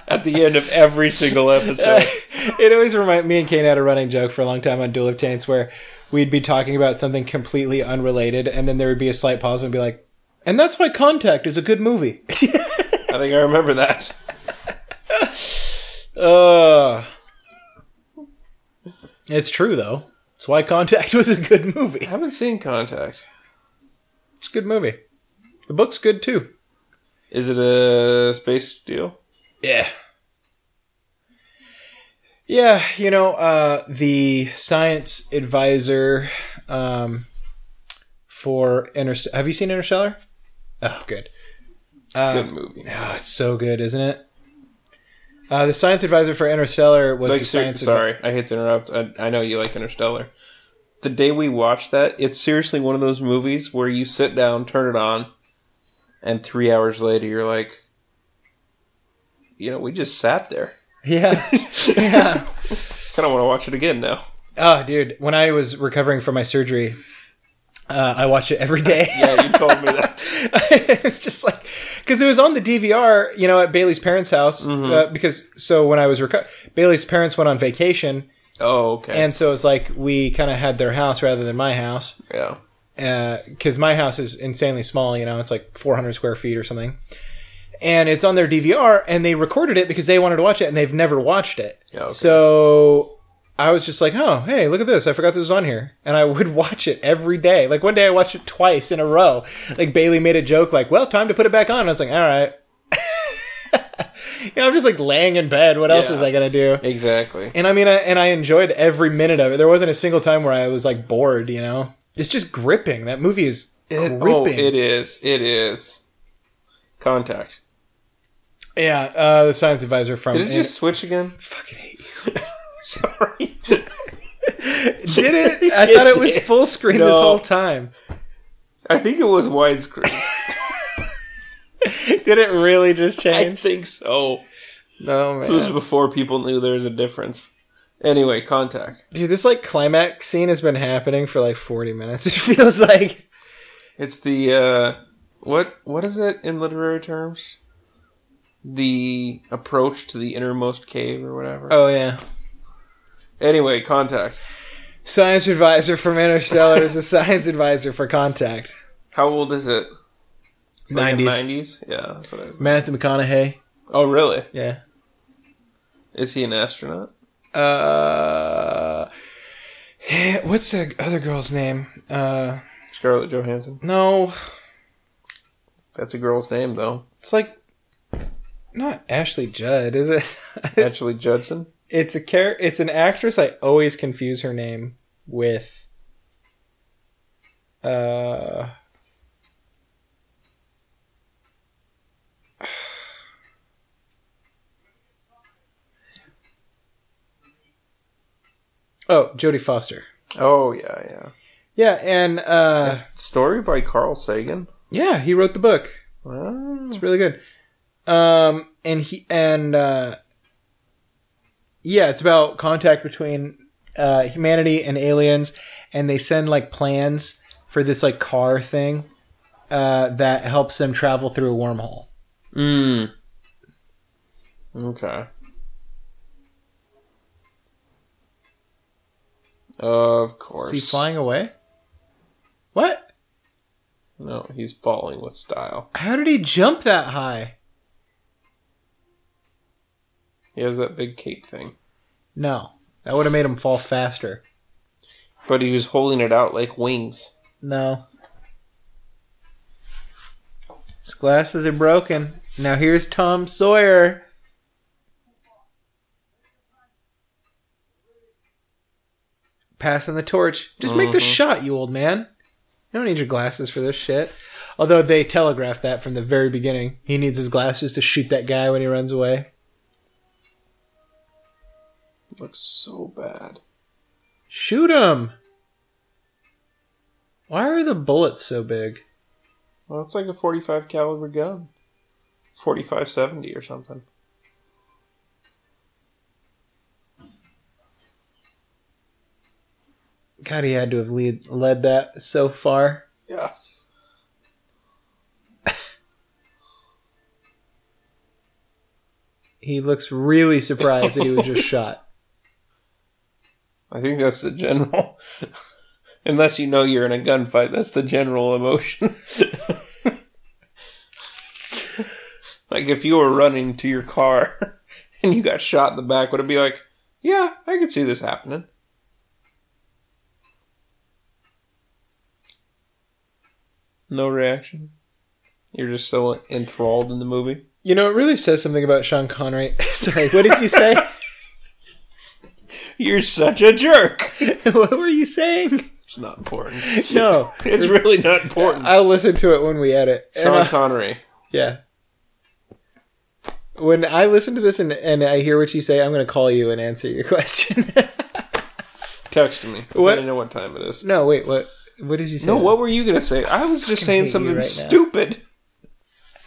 At the end of every single episode. it always reminded me and Kane had a running joke for a long time on Duel of Taints where we'd be talking about something completely unrelated, and then there would be a slight pause and we'd be like, and that's why Contact is a good movie. I think I remember that. uh, it's true, though. It's why Contact was a good movie. I haven't seen Contact. It's a good movie. The book's good, too. Is it a space deal? Yeah. Yeah, you know, uh, the science advisor um, for Interstellar. Have you seen Interstellar? Oh, good. Good movie. Oh, it's so good, isn't it? Uh, the science advisor for Interstellar was Like, the ser- science. advi- sorry, I hate to interrupt. I, I know you like Interstellar. The day we watched that, it's seriously one of those movies where you sit down, turn it on, and three hours later you're like, you know, we just sat there. yeah, yeah. Kind of want to watch it again now. Oh, dude, when I was recovering from my surgery, uh, I watch it every day. Yeah, you told me that. it was just like because it was on the DVR, you know, at Bailey's parents' house. Uh, because so when I was reco- Bailey's parents went on vacation, Oh, okay. and so it's like we kind of had their house rather than my house. yeah. because uh, my house is insanely small. You know, it's like 400 square feet or something. And it's on their DVR, and they recorded it because they wanted to watch it, and they've never watched it. Yeah, okay. So I was just like, "Oh, hey, look at this! I forgot this was on here." And I would watch it every day. Like one day, I watched it twice in a row. Like Bailey made a joke, like, "Well, time to put it back on." And I was like, "All right." you know, I'm just like laying in bed. What else Yeah. is I gonna do? Exactly. And I mean, I, and I enjoyed every minute of it. There wasn't a single time where I was like bored. You know, it's just gripping. That movie is gripping. Oh, it is. It is. Contact. yeah, uh, the science advisor from Did it just switch again? fucking hate you. Sorry. Did it? I thought it was did. full screen this No. whole time. I think it was widescreen. Did it really just I change? think so. No It was man, before people knew there was a difference. Anyway, contact. dude, this like climax scene has been happening for like forty minutes. It feels like It's the uh, what? What is it in literary terms? The approach to the innermost cave or whatever. oh yeah. Anyway, contact. Science advisor from Interstellar is the science advisor for Contact. How old is it? Nineties. Nineties. Yeah, that's what I was. Thinking. Matthew McConaughey. Oh, really? Yeah. Is he an astronaut? uh what's the other girl's name uh Scarlett Johansson. no That's a girl's name, though. it's like not Ashley Judd, is it? Ashley Judson. it's a char- It's an actress. I always confuse her name with. Uh. Oh, Jodie Foster. Oh yeah, yeah. Yeah, and uh, Story by Carl Sagan. yeah, he wrote the book. Wow. It's really good. Um, and he and uh, yeah, it's about contact between uh, humanity and aliens, and they send like plans for this like car thing uh, that helps them travel through a wormhole. Mm. Okay. Of course. Is he flying away? What? No, he's falling with style. How did he jump that high? He has that big cape thing. No, that would have made him fall faster. But he was holding it out like wings. No. His glasses are broken. Now here's Tom Sawyer. Passing the torch. Just make the shot, you old man. You don't need your glasses for this shit. Although they telegraphed that from the very beginning. He needs his glasses to shoot that guy when he runs away. Looks so bad. Shoot him! Why are the bullets so big? Well, it's like a 45 caliber gun. 4570 or something. God, he had to have lead, led that so far. Yeah. He looks really surprised that he was just shot. I think that's the general. Unless you know you're in a gunfight, that's the general emotion. like if you were running to your car and you got shot in the back, would it be like, yeah, I could see this happening? No reaction. You're just so enthralled in the movie. You know, it really says something about Sean Connery. Sorry, what did you say? You're such a jerk. what were you saying? It's not important. No, It's really not important. I'll listen to it when we edit. And, Sean uh, Connery. yeah. When I listen to this and, and I hear what you say, I'm going to call you and answer your question. Text me. What- I don't know what time it is. no, wait, what? What did you say? No, what were you gonna say? I was just saying hate you something right now. stupid.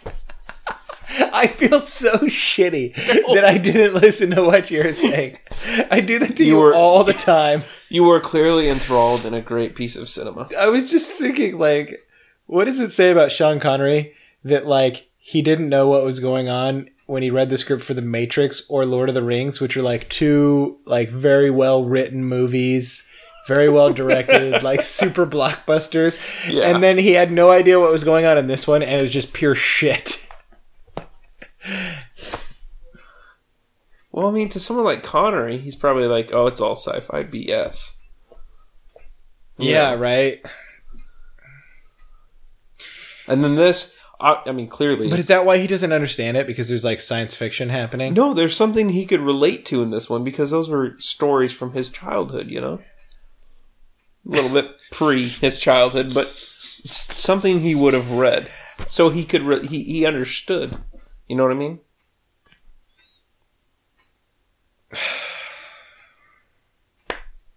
I feel so shitty that I didn't listen to what you were saying. I do that to you, You were- all the time. You were clearly enthralled in a great piece of cinema. I was just thinking, like, what does it say about Sean Connery that, like, he didn't know what was going on when he read the script for The Matrix or Lord of the Rings, which are, like, two, like, very well written movies, very well directed, like, super blockbusters. Yeah. And then he had no idea what was going on in this one, and it was just pure shit. Well, I mean, to someone like Connery, he's probably like, "Oh, it's all sci-fi BS." Yeah, right? And then this, I, I mean, clearly, But is that why he doesn't understand it? Because there's, like, science fiction happening? no, there's something he could relate to in this one because those were stories from his childhood. You know, a little bit pre his childhood, but s- something he would have read, so he could re- he he understood. You know what I mean?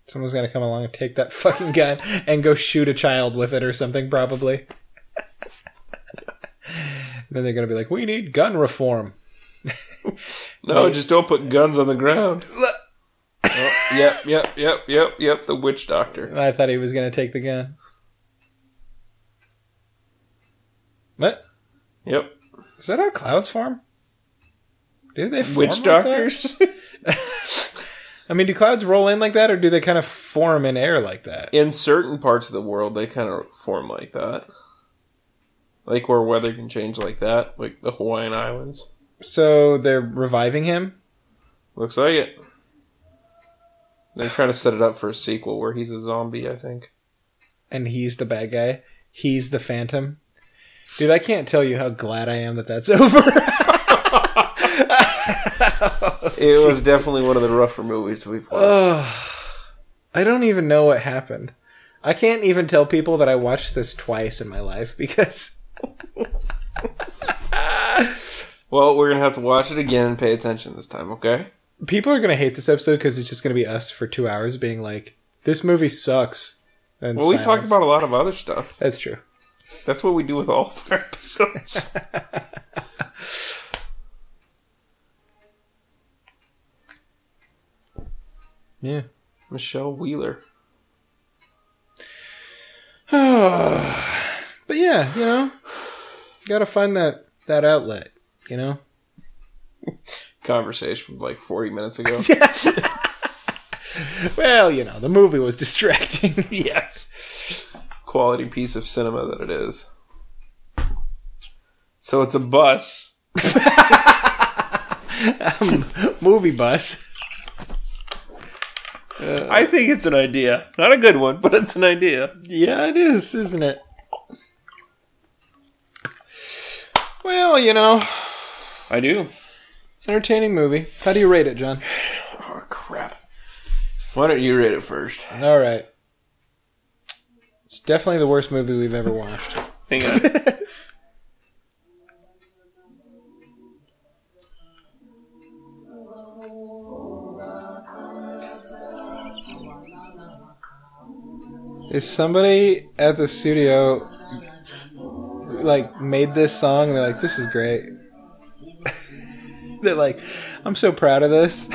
Someone's gonna come along and take that fucking gun and go shoot a child with it or something, probably. then they're gonna be like, "We need gun reform." No, just don't put guns on the ground. oh, yep, yep, yep, yep, yep. The witch doctor. I thought he was gonna take the gun. What Yep, is that? How clouds form? Do they form witch like doctors. that? I mean, do clouds roll in like that, or do they kind of form in air like that? In certain parts of the world, they kind of form like that, like where weather can change like that, like the Hawaiian Islands. So they're reviving him. Looks like it. They're trying to set it up for a sequel where he's a zombie. I think. and he's the bad guy. He's the Phantom. Dude, I can't tell you how glad I am that that's over. It was definitely one of the rougher movies we've watched. I don't even know what happened. I can't even tell people that I watched this twice in my life because well, we're gonna have to watch it again and pay attention this time, okay? people are going to hate this episode because it's just going to be us for two hours being like, this movie sucks. And Well, we silence. talked about a lot of other stuff. That's true. That's what we do with all of our episodes. Yeah. Michelle Wheeler. but yeah, you know, gotta find that that outlet. You know, Conversation from like 40 minutes ago. well, you know, the movie was distracting. yes. Quality piece of cinema that it is. So it's a bus. movie bus. I think it's an idea. Not a good one, but it's an idea. Yeah, it is, isn't it? Well, you know, I do. entertaining movie. How do you rate it, John? Oh, crap. Why don't you rate it first? All right. It's definitely the worst movie we've ever watched. Hang on. Is somebody at the studio like made this song and they're like, this is great. they're like, I'm so proud of this.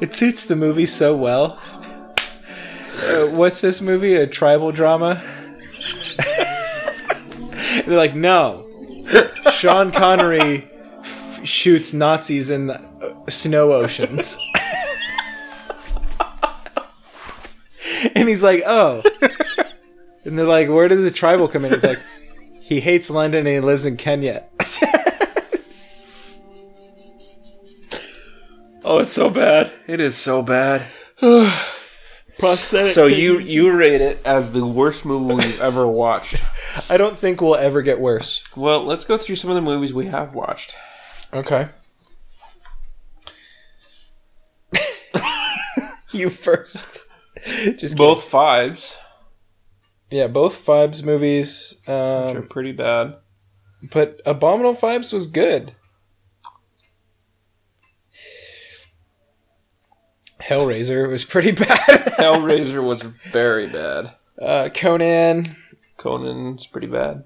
it suits the movie so well. Uh, what's this movie? A tribal drama? they're like, no. Sean Connery f- shoots Nazis in the uh, snow oceans. and he's like, oh. And they're like, where does the tribal come in? It's like, he hates London and he lives in Kenya. oh, it's so bad. It is so bad. Prosthetic. So you you rate it as the worst movie we've ever watched. I don't think we'll ever get worse. Well, let's go through some of the movies we have watched. Okay. you first. Just both. Both fives, Yeah, both Fibes movies. which are Um, pretty bad. but Abominable Fibes was good. Hellraiser was pretty bad. Hellraiser was very bad. uh, Conan. Conan's pretty bad.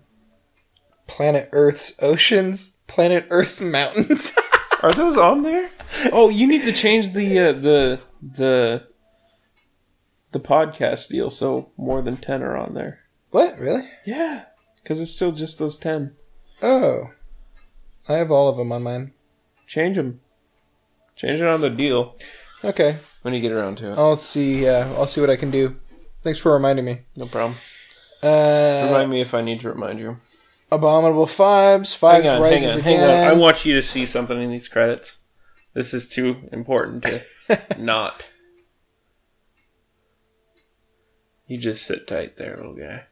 Planet Earth's oceans, Planet Earth's mountains. Are those on there? Oh, you need to change the uh, the the the podcast deal so more than ten are on there. what? Really? Yeah, because it's still just those ten. Oh. I have all of them on mine. Change them. Change it on the deal Okay. when you get around to it. I'll see uh, I'll see what I can do. Thanks for reminding me. No problem. Uh Remind me if I need to remind you. Abominable Fibes, Fives Hang on, hang Rises on, hang Again. on. I want you to see something in these credits. This is too important to not. You just sit tight there, little guy.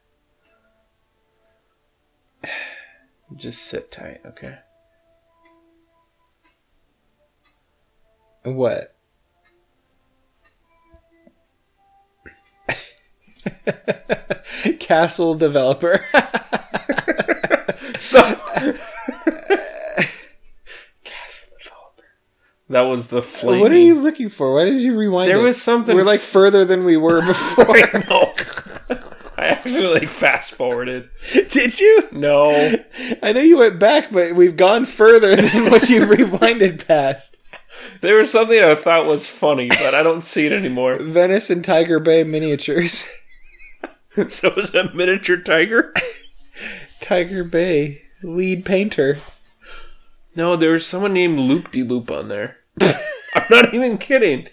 Just sit tight, okay? what? Castle developer. So. Castle developer. That was the flaming. what are you looking for? Why did you rewind? There it? was something We're like f- further than we were before. no. I accidentally fast forwarded. did you? No. I know you went back, but we've gone further than what you rewinded past. There was something I thought was funny, but I don't see it anymore. Venice and Tiger Bay miniatures. So is it a miniature tiger? Tiger Bay lead painter. No, there was someone named Loop De Loop on there. I'm not even kidding.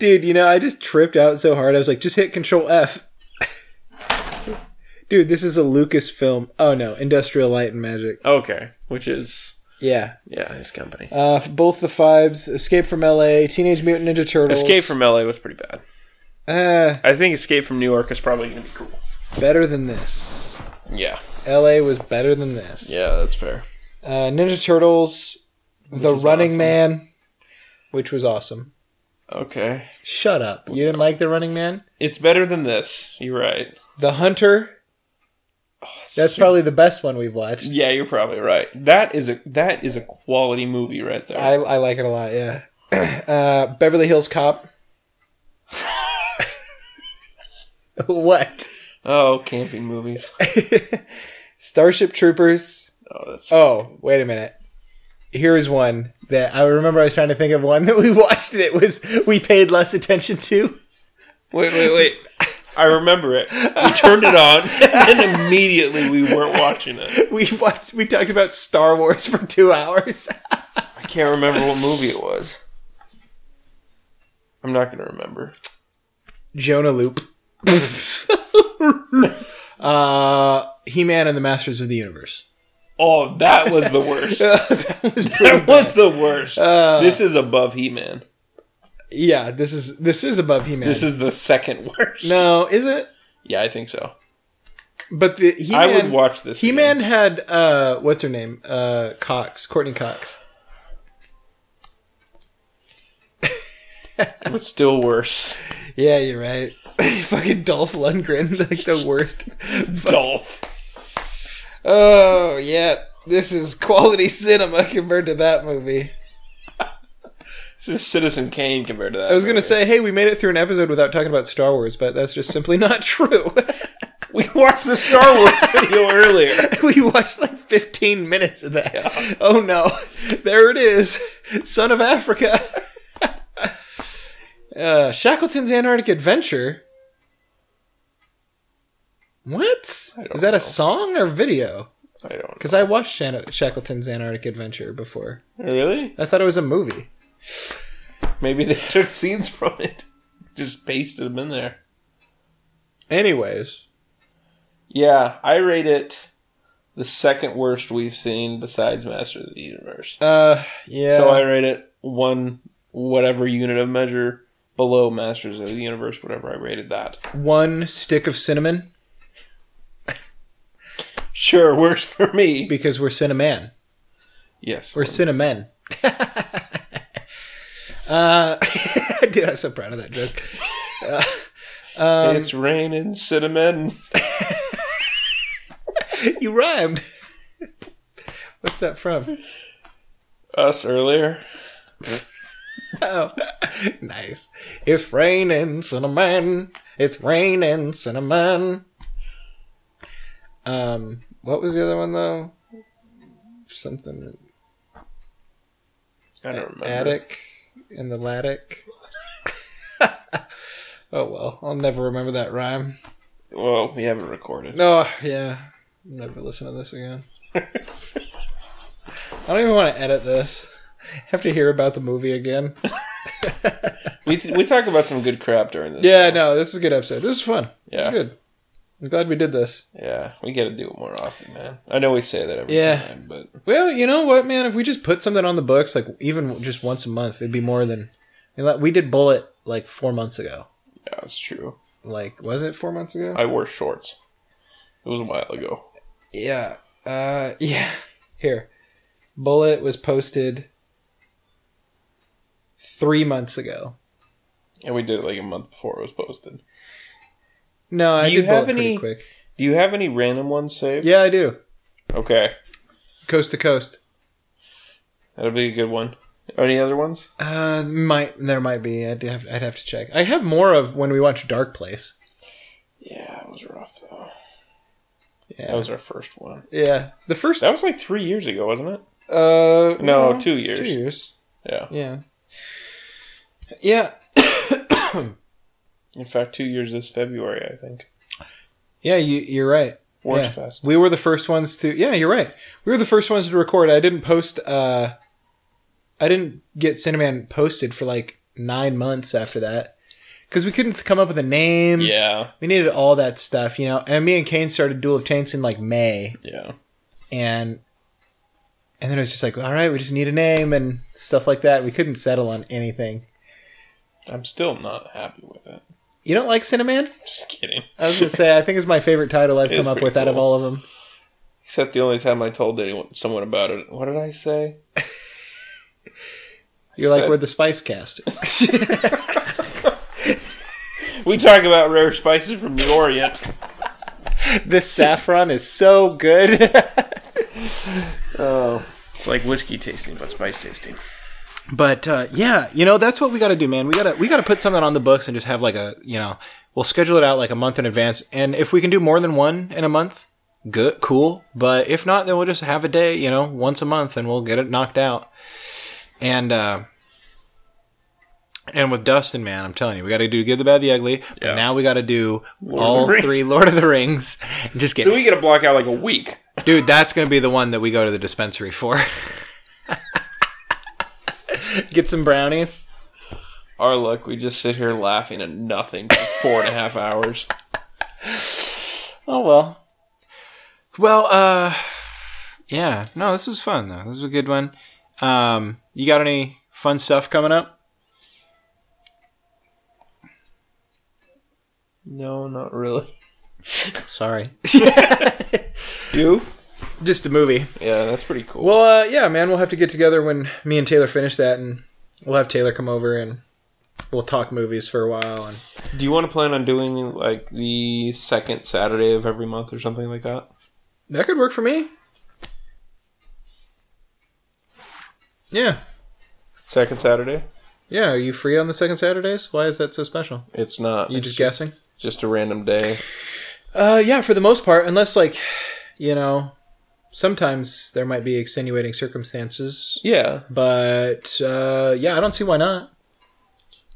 Dude, you know, I just tripped out so hard. I was like, just hit Control F. Dude, this is a Lucas film. Oh no, Industrial Light and Magic. Okay, which is Yeah. yeah, his company. Uh, both the Fibes, Escape from LA, Teenage Mutant Ninja Turtles. Escape from LA was pretty bad. Uh, I think Escape from New York is probably gonna be cool. better than this. Yeah, LA was better than this. yeah, that's fair. Uh, Ninja Turtles, the is Running awesome. Man, which was awesome. Okay. Shut up. You didn't like The Running Man? It's better than this. You're right. The Hunter. That's probably the best one we've watched. Yeah, you're probably right. That is a that is a quality movie right there. I, I like it a lot, yeah. Uh, Beverly Hills Cop. what? oh, camping movies. Starship Troopers. Oh, that's Oh, wait a minute. Here is one that I remember I was trying to think of one that we watched that was we paid less attention to. Wait, wait, wait. I remember it. We turned it on, and then immediately we weren't watching it. We watched we talked about Star Wars for 2 hours. I can't remember what movie it was. I'm not going to remember. Jonah Loop. uh He-Man and the Masters of the Universe. Oh, that was the worst. that was pretty That was the worst. this is above He Man. Yeah, this is this is above He-Man. This is the second worst. No, is it? Yeah, I think so. But the He-Man, I would watch this. He-Man had uh, what's her name? Uh, Cox, Courtney Cox. It was still worse. Yeah, you're right. Fucking Dolph Lundgren, like the worst. Dolph. oh yeah, this is quality cinema compared to that movie. This is Citizen Kane compared to that. I was gonna say, hey, we made it through an episode without talking about Star Wars, but that's just simply not true. We watched the Star Wars video earlier. we watched like 15 minutes of that. Oh no, there it is, Son of Africa. uh, Shackleton's Antarctic Adventure. What is don't that? know. A song or video? I don't. Because I watched Shan- Shackleton's Antarctic Adventure before. Really? I thought it was a movie. Maybe they took scenes from it, just pasted them in there. Anyways, Yeah, I rate it the second worst we've seen besides Master of the Universe. uh, yeah. So I rate it one whatever unit of measure below Masters of the Universe, whatever I rated that. one stick of cinnamon Sure, works for me. because we're cinnamon. Yes. We're cinnamon. uh, dude, I'm so proud of that joke. it's raining cinnamon. you rhymed. What's that from? Us earlier. Oh, nice. It's raining cinnamon. It's raining cinnamon. Um, what was the other one though? Something I don't remember. attic in the lattic. oh well, I'll never remember that rhyme. Well, we haven't recorded. No, yeah. Never listen to this again. I don't even want to edit this. Have to hear about the movie again. We, th- we talk about some good crap during this. Yeah, no, this is a good episode. This is fun. It's Yeah. good. I'm glad we did this. Yeah, we got to do it more often, man. I know we say that every Yeah. time, but Well, you know what, man? If we just put something on the books, like even just once a month, it'd be more than. I mean, like, We did Bullet like four months ago. yeah, it's true. Like, was it four months ago? I wore shorts. It was a while ago. Yeah. Uh, yeah. Here. Bullet was posted three months ago. And we did it like a month before it was posted. No, I Do you did Bullet have pretty any- quick. Do you have any random ones saved? Yeah, I do. Okay. Coast to coast. That'll be a good one. Any other ones? Uh, might there might be. I'd have I'd have to check. I have more of when we watch Dark Place. Yeah, it was rough though. Yeah, That was our first one. yeah. The first. That was like three years ago, wasn't it? Uh, Uh, No, well, two years. Two years. Yeah. Yeah. Yeah. In fact, two years this February, I think. Yeah. You you're right. Orange yeah. Fest. We were the first ones to. Yeah, you're right. We were the first ones to record. I didn't post. Uh, I didn't get Cinnamon posted for like nine months after that because we couldn't come up with a name. Yeah. We needed all that stuff, you know. And me and Kane started Duel of Taints in like May, Yeah. and and then it was just like, all right, we just need a name and stuff like that. We couldn't settle on anything. I'm still not happy with it. You don't like Cinnamon? Just kidding. I was gonna say I think it's my favorite title I've It is come up pretty with out of cool. all of them. Except the only time I told anyone, someone about it, what did I say? You're like Said- we're the Spice Cast. We talk about rare spices from the Orient. This saffron is so good. It's like whiskey tasting, but spice tasting. But uh, yeah, you know that's what we got to do, man. We gotta we gotta put something on the books and just have like a you know we'll schedule it out like a month in advance. And if we can do more than one in a month, good, cool. But if not, then we'll just have a day, you know, once a month, and we'll get it knocked out. And uh, and with Dustin, man, I'm telling you, we got to do Good, the Bad, the Ugly. But Yeah. now we got to do of all the Rings. three Lord of the Rings. Just So kidding, we get to block out like a week. dude. That's gonna be the one that we go to the dispensary for. get some brownies. Our luck, we just sit here laughing at nothing for four and a half hours. Oh well. Well, uh yeah. No, this was fun though. This was a good one. Um you got any fun stuff coming up? No, not really. Sorry. You? Just a movie. Yeah, that's pretty cool. Well, uh yeah, man, we'll have to get together when me and Taylor finish that and we'll have Taylor come over and we'll talk movies for a while and Do you want to plan on doing like the second Saturday of every month or something like that? that could work for me. Yeah. Second Saturday? Yeah, are you free on the second Saturdays? Why is that so special? It's not. You it's just guessing? Just a random day. Uh, yeah, for the most part, unless like, you know, sometimes there might be extenuating circumstances, Yeah. but uh, yeah, I don't see why not.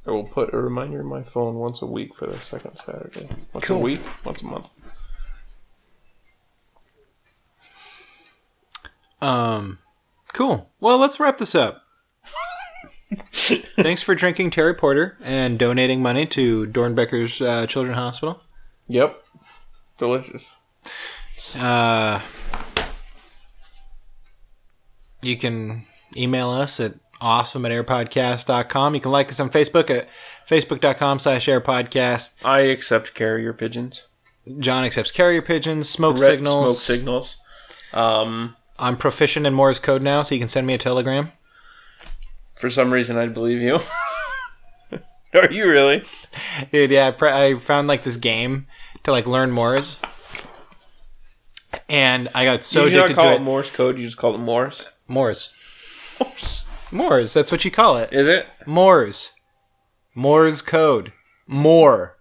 I will put a reminder in my phone once a week for the second Saturday. Once Cool. a week? Once a month. Um, cool. Well, let's wrap this up. Thanks for drinking Terry Porter and donating money to Dornbecker's uh, Children's Hospital. Yep. Delicious. Uh, you can email us at awesome at airpodcast.com. You can like us on Facebook at facebook.com slash airpodcast. I accept carrier pigeons. John accepts carrier pigeons, smoke Red signals. smoke signals. Um, I'm proficient in Morse code now, so you can send me a telegram. for some reason, I believe you. Are you really? Dude, yeah, I, pr- I found like this game to like learn Morse, and I got so you do not addicted to call it it. Morse code. You just call it Morse. Morse, Morse. Morse, that's what you call it. Is it Morse, Morse code, more,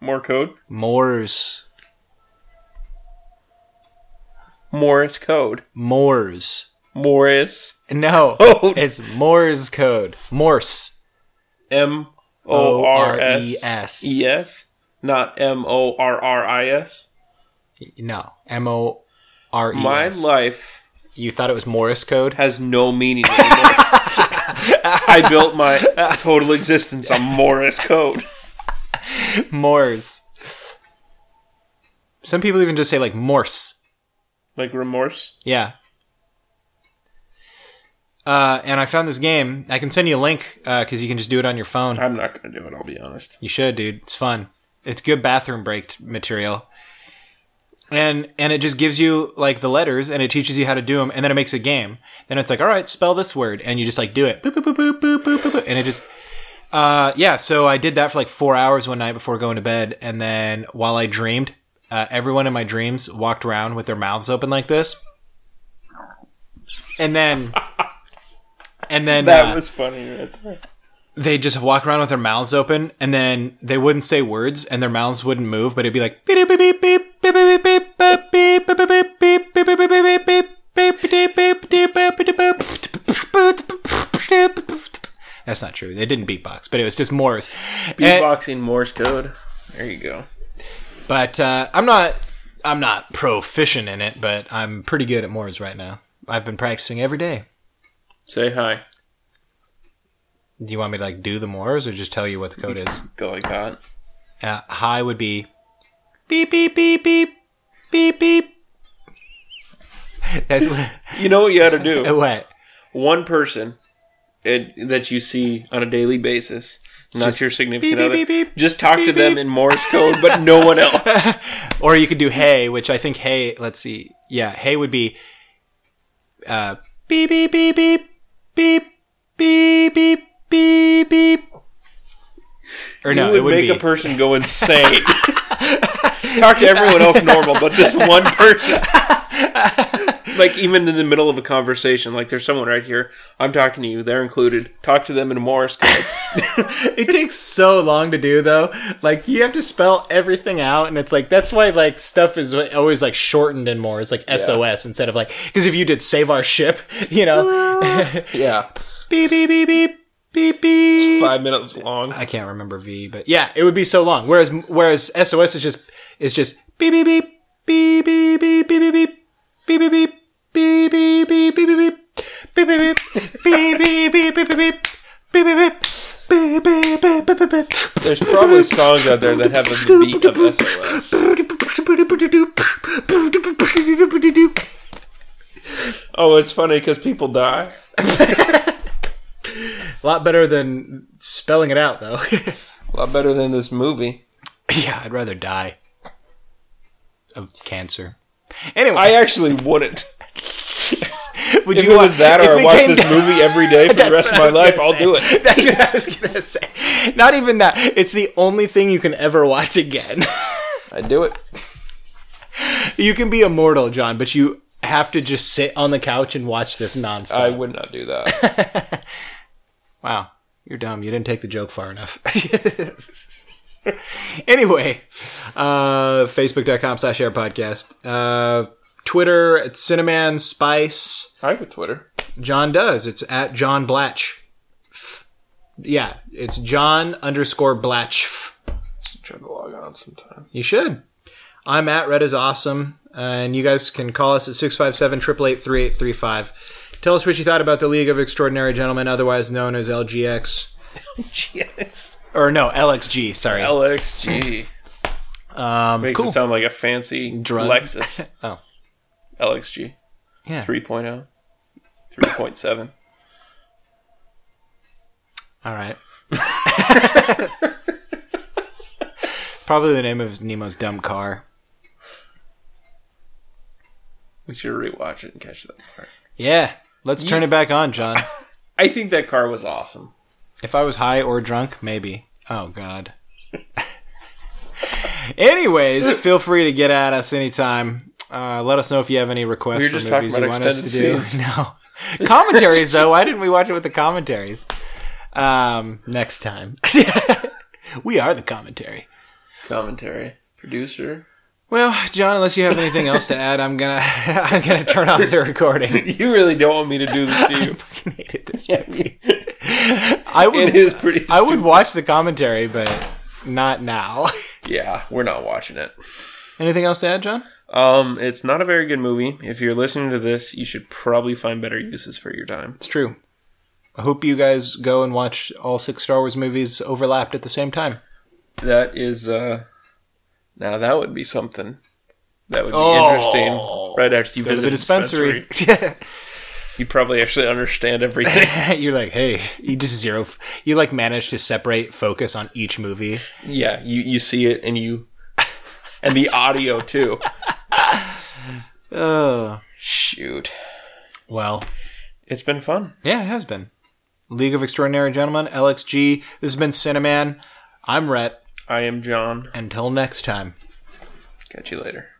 more code? Morse, Morse code. Morse. Morris. No, Oh. it's Morse code, Morse. M O R S E S, not M O R R I S. No, M O R E. My life You thought it was Morse code? has no meaning anymore. I built my total existence on Morris code. Morse. Some people even just say like Morse. Like remorse. Yeah. Uh, and I found this game. I can send you a link because you can just do it on your phone. I'm not gonna do it. I'll be honest. You should, dude. It's fun. It's good bathroom break t- material. And and it just gives you like the letters and it teaches you how to do them and then it makes a game. Then it's like, all right, spell this word and you just like do it. Boop, boop, boop, boop, boop, boop, boop, boop. And it just uh yeah, so I did that for like 4 hours one night before going to bed and then while I dreamed, uh, everyone in my dreams walked around with their mouths open like this. And then and then uh, That was funny right there. they just walk around with their mouths open and then they wouldn't say words and their mouths wouldn't move, but it'd be like beep beep beep beep beep beep beep beep beep beep beep beep beep beep beep beep beep beep beep beep beep beep beep that's not true. They didn't beatbox, but it was just Morse. Beatboxing Morse code. There you go. But uh, I'm not, I'm not proficient in it, but I'm pretty good at Morse right now. I've been practicing every day. Say hi. Do you want me to like do the Morse or just tell you what the code is? Go like that. Uh, high would be beep beep beep beep beep beep. That's uh, You know what you gotta do. what. One person it, that you see on a daily basis, not Just your significant beep, other, beep, beep, beep, just talk to beep, them beep. in Morse code, but no one else. Or you could do hey, which I think hey. Let's see. Yeah, hey would be uh, beep beep beep beep beep, beep, beep, beep, beep. Or no, would it would make be. a person go insane. Talk to everyone else normal, but this one person. like even in the middle of a conversation, like there's someone right here. I'm talking to you. They're included. Talk to them in Morse code. it takes so long to do though. Like you have to spell everything out, and it's like that's why like stuff is always like shortened and more. It's like SOS instead of like because if you did save our ship, you know, yeah, beep beep beep beep beep beep. five minutes long. I can't remember V, but yeah, it would be so long. Whereas whereas SOS is just is just beep beep beep beep beep beep beep beep beep beep beep beep beep beep beep beep beep beep beep beep beep beep beep beep beep beep beep beep beep beep. There's probably songs out there that have a beat of SOS. Oh, it's funny because people die. A lot better than spelling it out, though. A lot better than this movie. yeah, I'd rather die of cancer. Anyway, I actually wouldn't. would If it was that or I watch this movie. movie every day for the That's rest of what I my was life, gonna I'll say. do it. That's what I was gonna say. Not even that. It's the only thing you can ever watch again. I do it. you can be immortal, John, but you have to just sit on the couch and watch this nonstop. I would not do that. Wow. You're dumb. You didn't take the joke far enough. anyway, uh, Facebook.com slash air podcast. Uh, Twitter at Cinnamon Spice. I have a Twitter. John does. It's at John Blatch. F- Yeah, it's John underscore Blatch. F- Should Try to log on sometime. You should. I'm at Red is Awesome, uh, and you guys can call us at 657 888 3835. Tell us what you thought about the League of Extraordinary Gentlemen, otherwise known as LGX. Yes. Or no, LXG, sorry. LXG. Um, Makes cool. it sound like a fancy Drug. Lexus. Oh. LXG. Yeah. 3.0. 3.7. All right. Probably the name of Nemo's dumb car. We should rewatch it and catch that part. Yeah, let's turn it back on, John. I think that car was awesome. If I was high or drunk, maybe. Oh, God. Anyways, feel free to get at us anytime. Uh, let us know if you have any requests We were for just talking movies about you want us to extended do. No. Commentaries, though. Why didn't we watch it with the commentaries? Um, next time. we are the commentary. Commentary. Producer. Well, John, unless you have anything else to add, I'm gonna I'm gonna turn off the recording. You really don't want me to do this to you. fucking hated this movie. I It would is pretty. I would watch the commentary, but not now. Yeah, we're not watching it. Anything else to add, John? Um, it's not a very good movie. If you're listening to this, you should probably find better uses for your time. It's true. I hope you guys go and watch all six Star Wars movies overlapped at the same time. That is uh now that would be something. That would be interesting. Right after you Go to visit the a dispensary. dispensary. You probably actually understand everything. You're like, hey, you just zero. F- you like manage to separate focus on each movie. yeah, you, you see it and you and the audio too. Oh, Shoot. well, It's been fun. yeah, it has been. League of Extraordinary Gentlemen, LXG. This has been Cinnamon. I'm Rhett. I am John. Until next time. Catch you later.